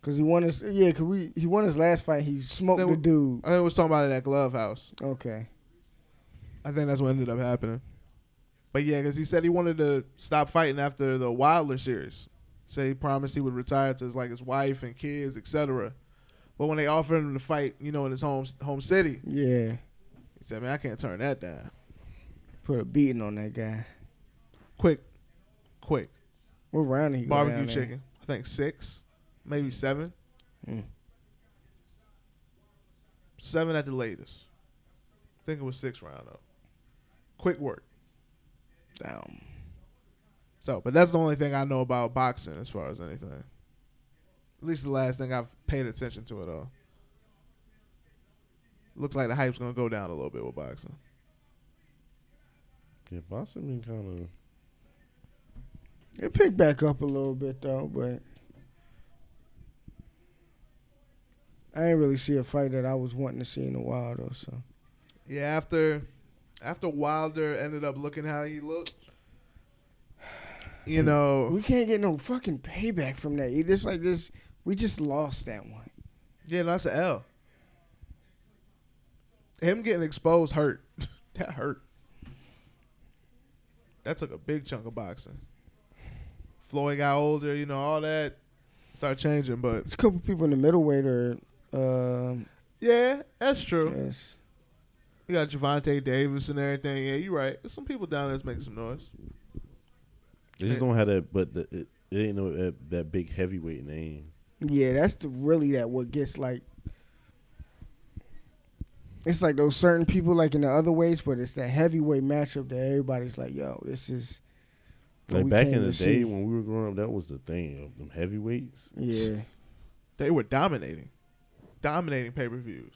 Cause he won his yeah, cause we he won his last fight. He smoked
They
the
were-
dude.
I think we was talking about it at Glove House.
Okay.
I think that's what ended up happening. But yeah, because he said he wanted to stop fighting after the Wilder series. Say he promised he would retire to his, like his wife and kids, etc. But when they offered him to fight, you know, in his home home city,
Yeah.
he said, "Man, I can't turn that down.
Put a beating on that guy.
Quick, quick,
What round did he go
barbecue
down in?
chicken. I think six, maybe seven,
Mm.
seven at the latest. I think it was six round though. Quick work.
Damn.
So, but that's the only thing I know about boxing as far as anything. At least the last thing I've paid attention to at all. Looks like the hype's gonna go down a little bit with boxing.
Yeah, Boston been kind of
It picked back up a little bit though, but I ain't really see a fight that I was wanting to see in a while though. So
Yeah, after after Wilder ended up looking how he looked, you know,
We can't get no fucking payback from that. It- It's like this. We just lost that one.
yeah, that's an L. Him getting exposed hurt. that hurt. That took a big chunk of boxing. Floyd got older, you know, all that started changing, but
It's a couple people in the middleweight or um,
Yeah, that's true.
yes.
You got Javante Davis and everything. Yeah, you're right. There's some people down there that's making some noise.
they just don't have that, but the, it, it ain't no that, that big heavyweight name.
Yeah, that's the, really that what gets like. It's like those certain people like in the other ways, but it's that heavyweight matchup that everybody's like, "Yo, this is." what
Like
we
back
came
in the
to
day
see.
when we were growing up, that was the thing. Of them heavyweights.
Yeah,
They were dominating, dominating pay per views.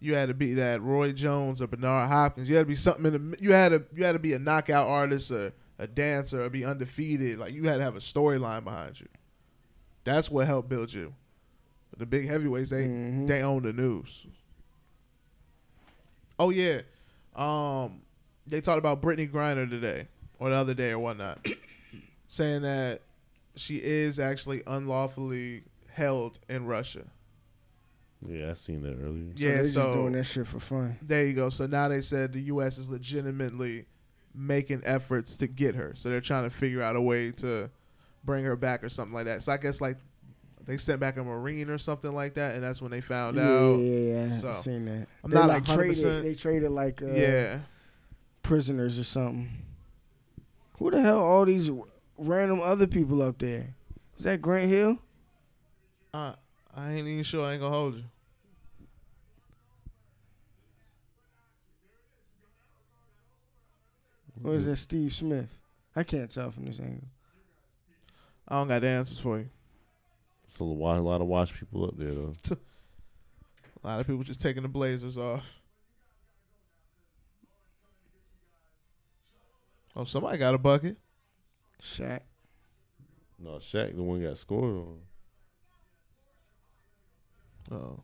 You had to be that Roy Jones or Bernard Hopkins. You had to be something in the. You had to you had to be a knockout artist or a dancer or be undefeated. Like you had to have a storyline behind you. That's what helped build you. But the big heavyweights, they
Mhm.
they own the news. Oh yeah, um, they talked about Brittany Griner today or the other day or whatnot, saying that she is actually unlawfully held in Russia.
Yeah, I seen that earlier.
So
yeah,
they just
so
doing that shit for fun.
there you go. So now they said the U.S. is legitimately making efforts to get her. So they're trying to figure out a way to bring her back or something like that. So I guess like they sent back a marine or something like that, and that's when they found out.
yeah, yeah, yeah.
So,
I've seen that.
I'm
they
not
like
like 100%.
traded. They traded like uh,
yeah,
prisoners or something. Who the hell all these r- random other people up there? Is that Grant Hill?
I, I ain't even sure. I ain't gonna hold you.
Or is that Steve Smith? I can't tell from this angle.
I don't got the answers for you.
It's a lot, a lot of watch people up there though.
A lot of people just taking the blazers off. Oh, somebody got a bucket.
Shaq.
No, Shaq the one got scored on.
Oh,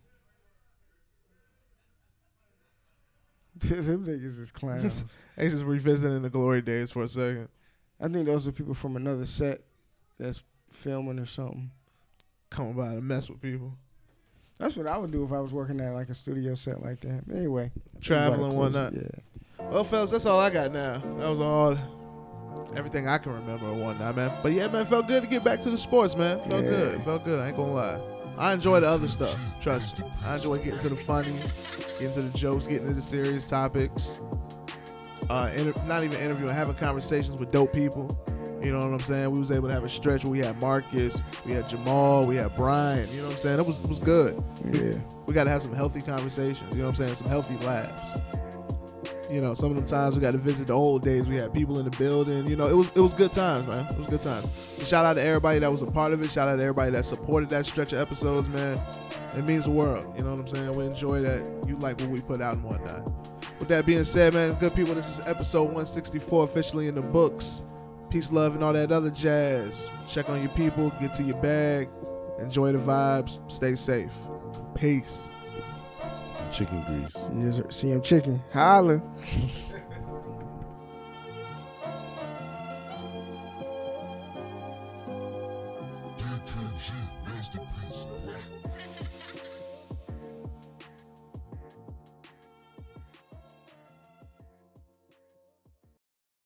Them niggas is clowns.
they just revisiting the glory days for a second.
I think those are people from another set that's filming or something.
Coming by to mess with people.
That's what I would do if I was working at like a studio set like that. But anyway,
Traveling,
everybody
whatnot.
close-
Well, fellas, that's all I got now. That was all, everything I can remember and whatnot, man. But yeah, man, felt good to get back to the sports, man. Felt
Yeah.
good. Felt good. I ain't gonna lie. I enjoy the other stuff. Trust me. I enjoy getting to the funnies, getting to the jokes, getting to the serious topics. Uh, inter- not even interviewing, having conversations with dope people. You know what I'm saying? We was able to have a stretch where we had Marcus, we had Jamal, we had Brian. You know what I'm saying? It was it was good
Yeah, yeah.
we got to have some healthy conversations. You know what I'm saying? Some healthy laughs. You know, some of them times we got to visit the old days. We had people in the building. You know, it was it was good times, man. It was good times. And shout out to everybody that was a part of it. Shout out to everybody that supported that stretch of episodes, man. It means the world. You know what I'm saying? We enjoy that. You like what we put out and whatnot. With that being said, man, good people, this is episode 164 officially in the books. Peace, love, and all that other jazz. Check on your people. Get to your bag. Enjoy the vibes. Stay safe. Peace.
Chicken grease.
Yes, sir. CM Chicken. Holla.
DKG masterpiece.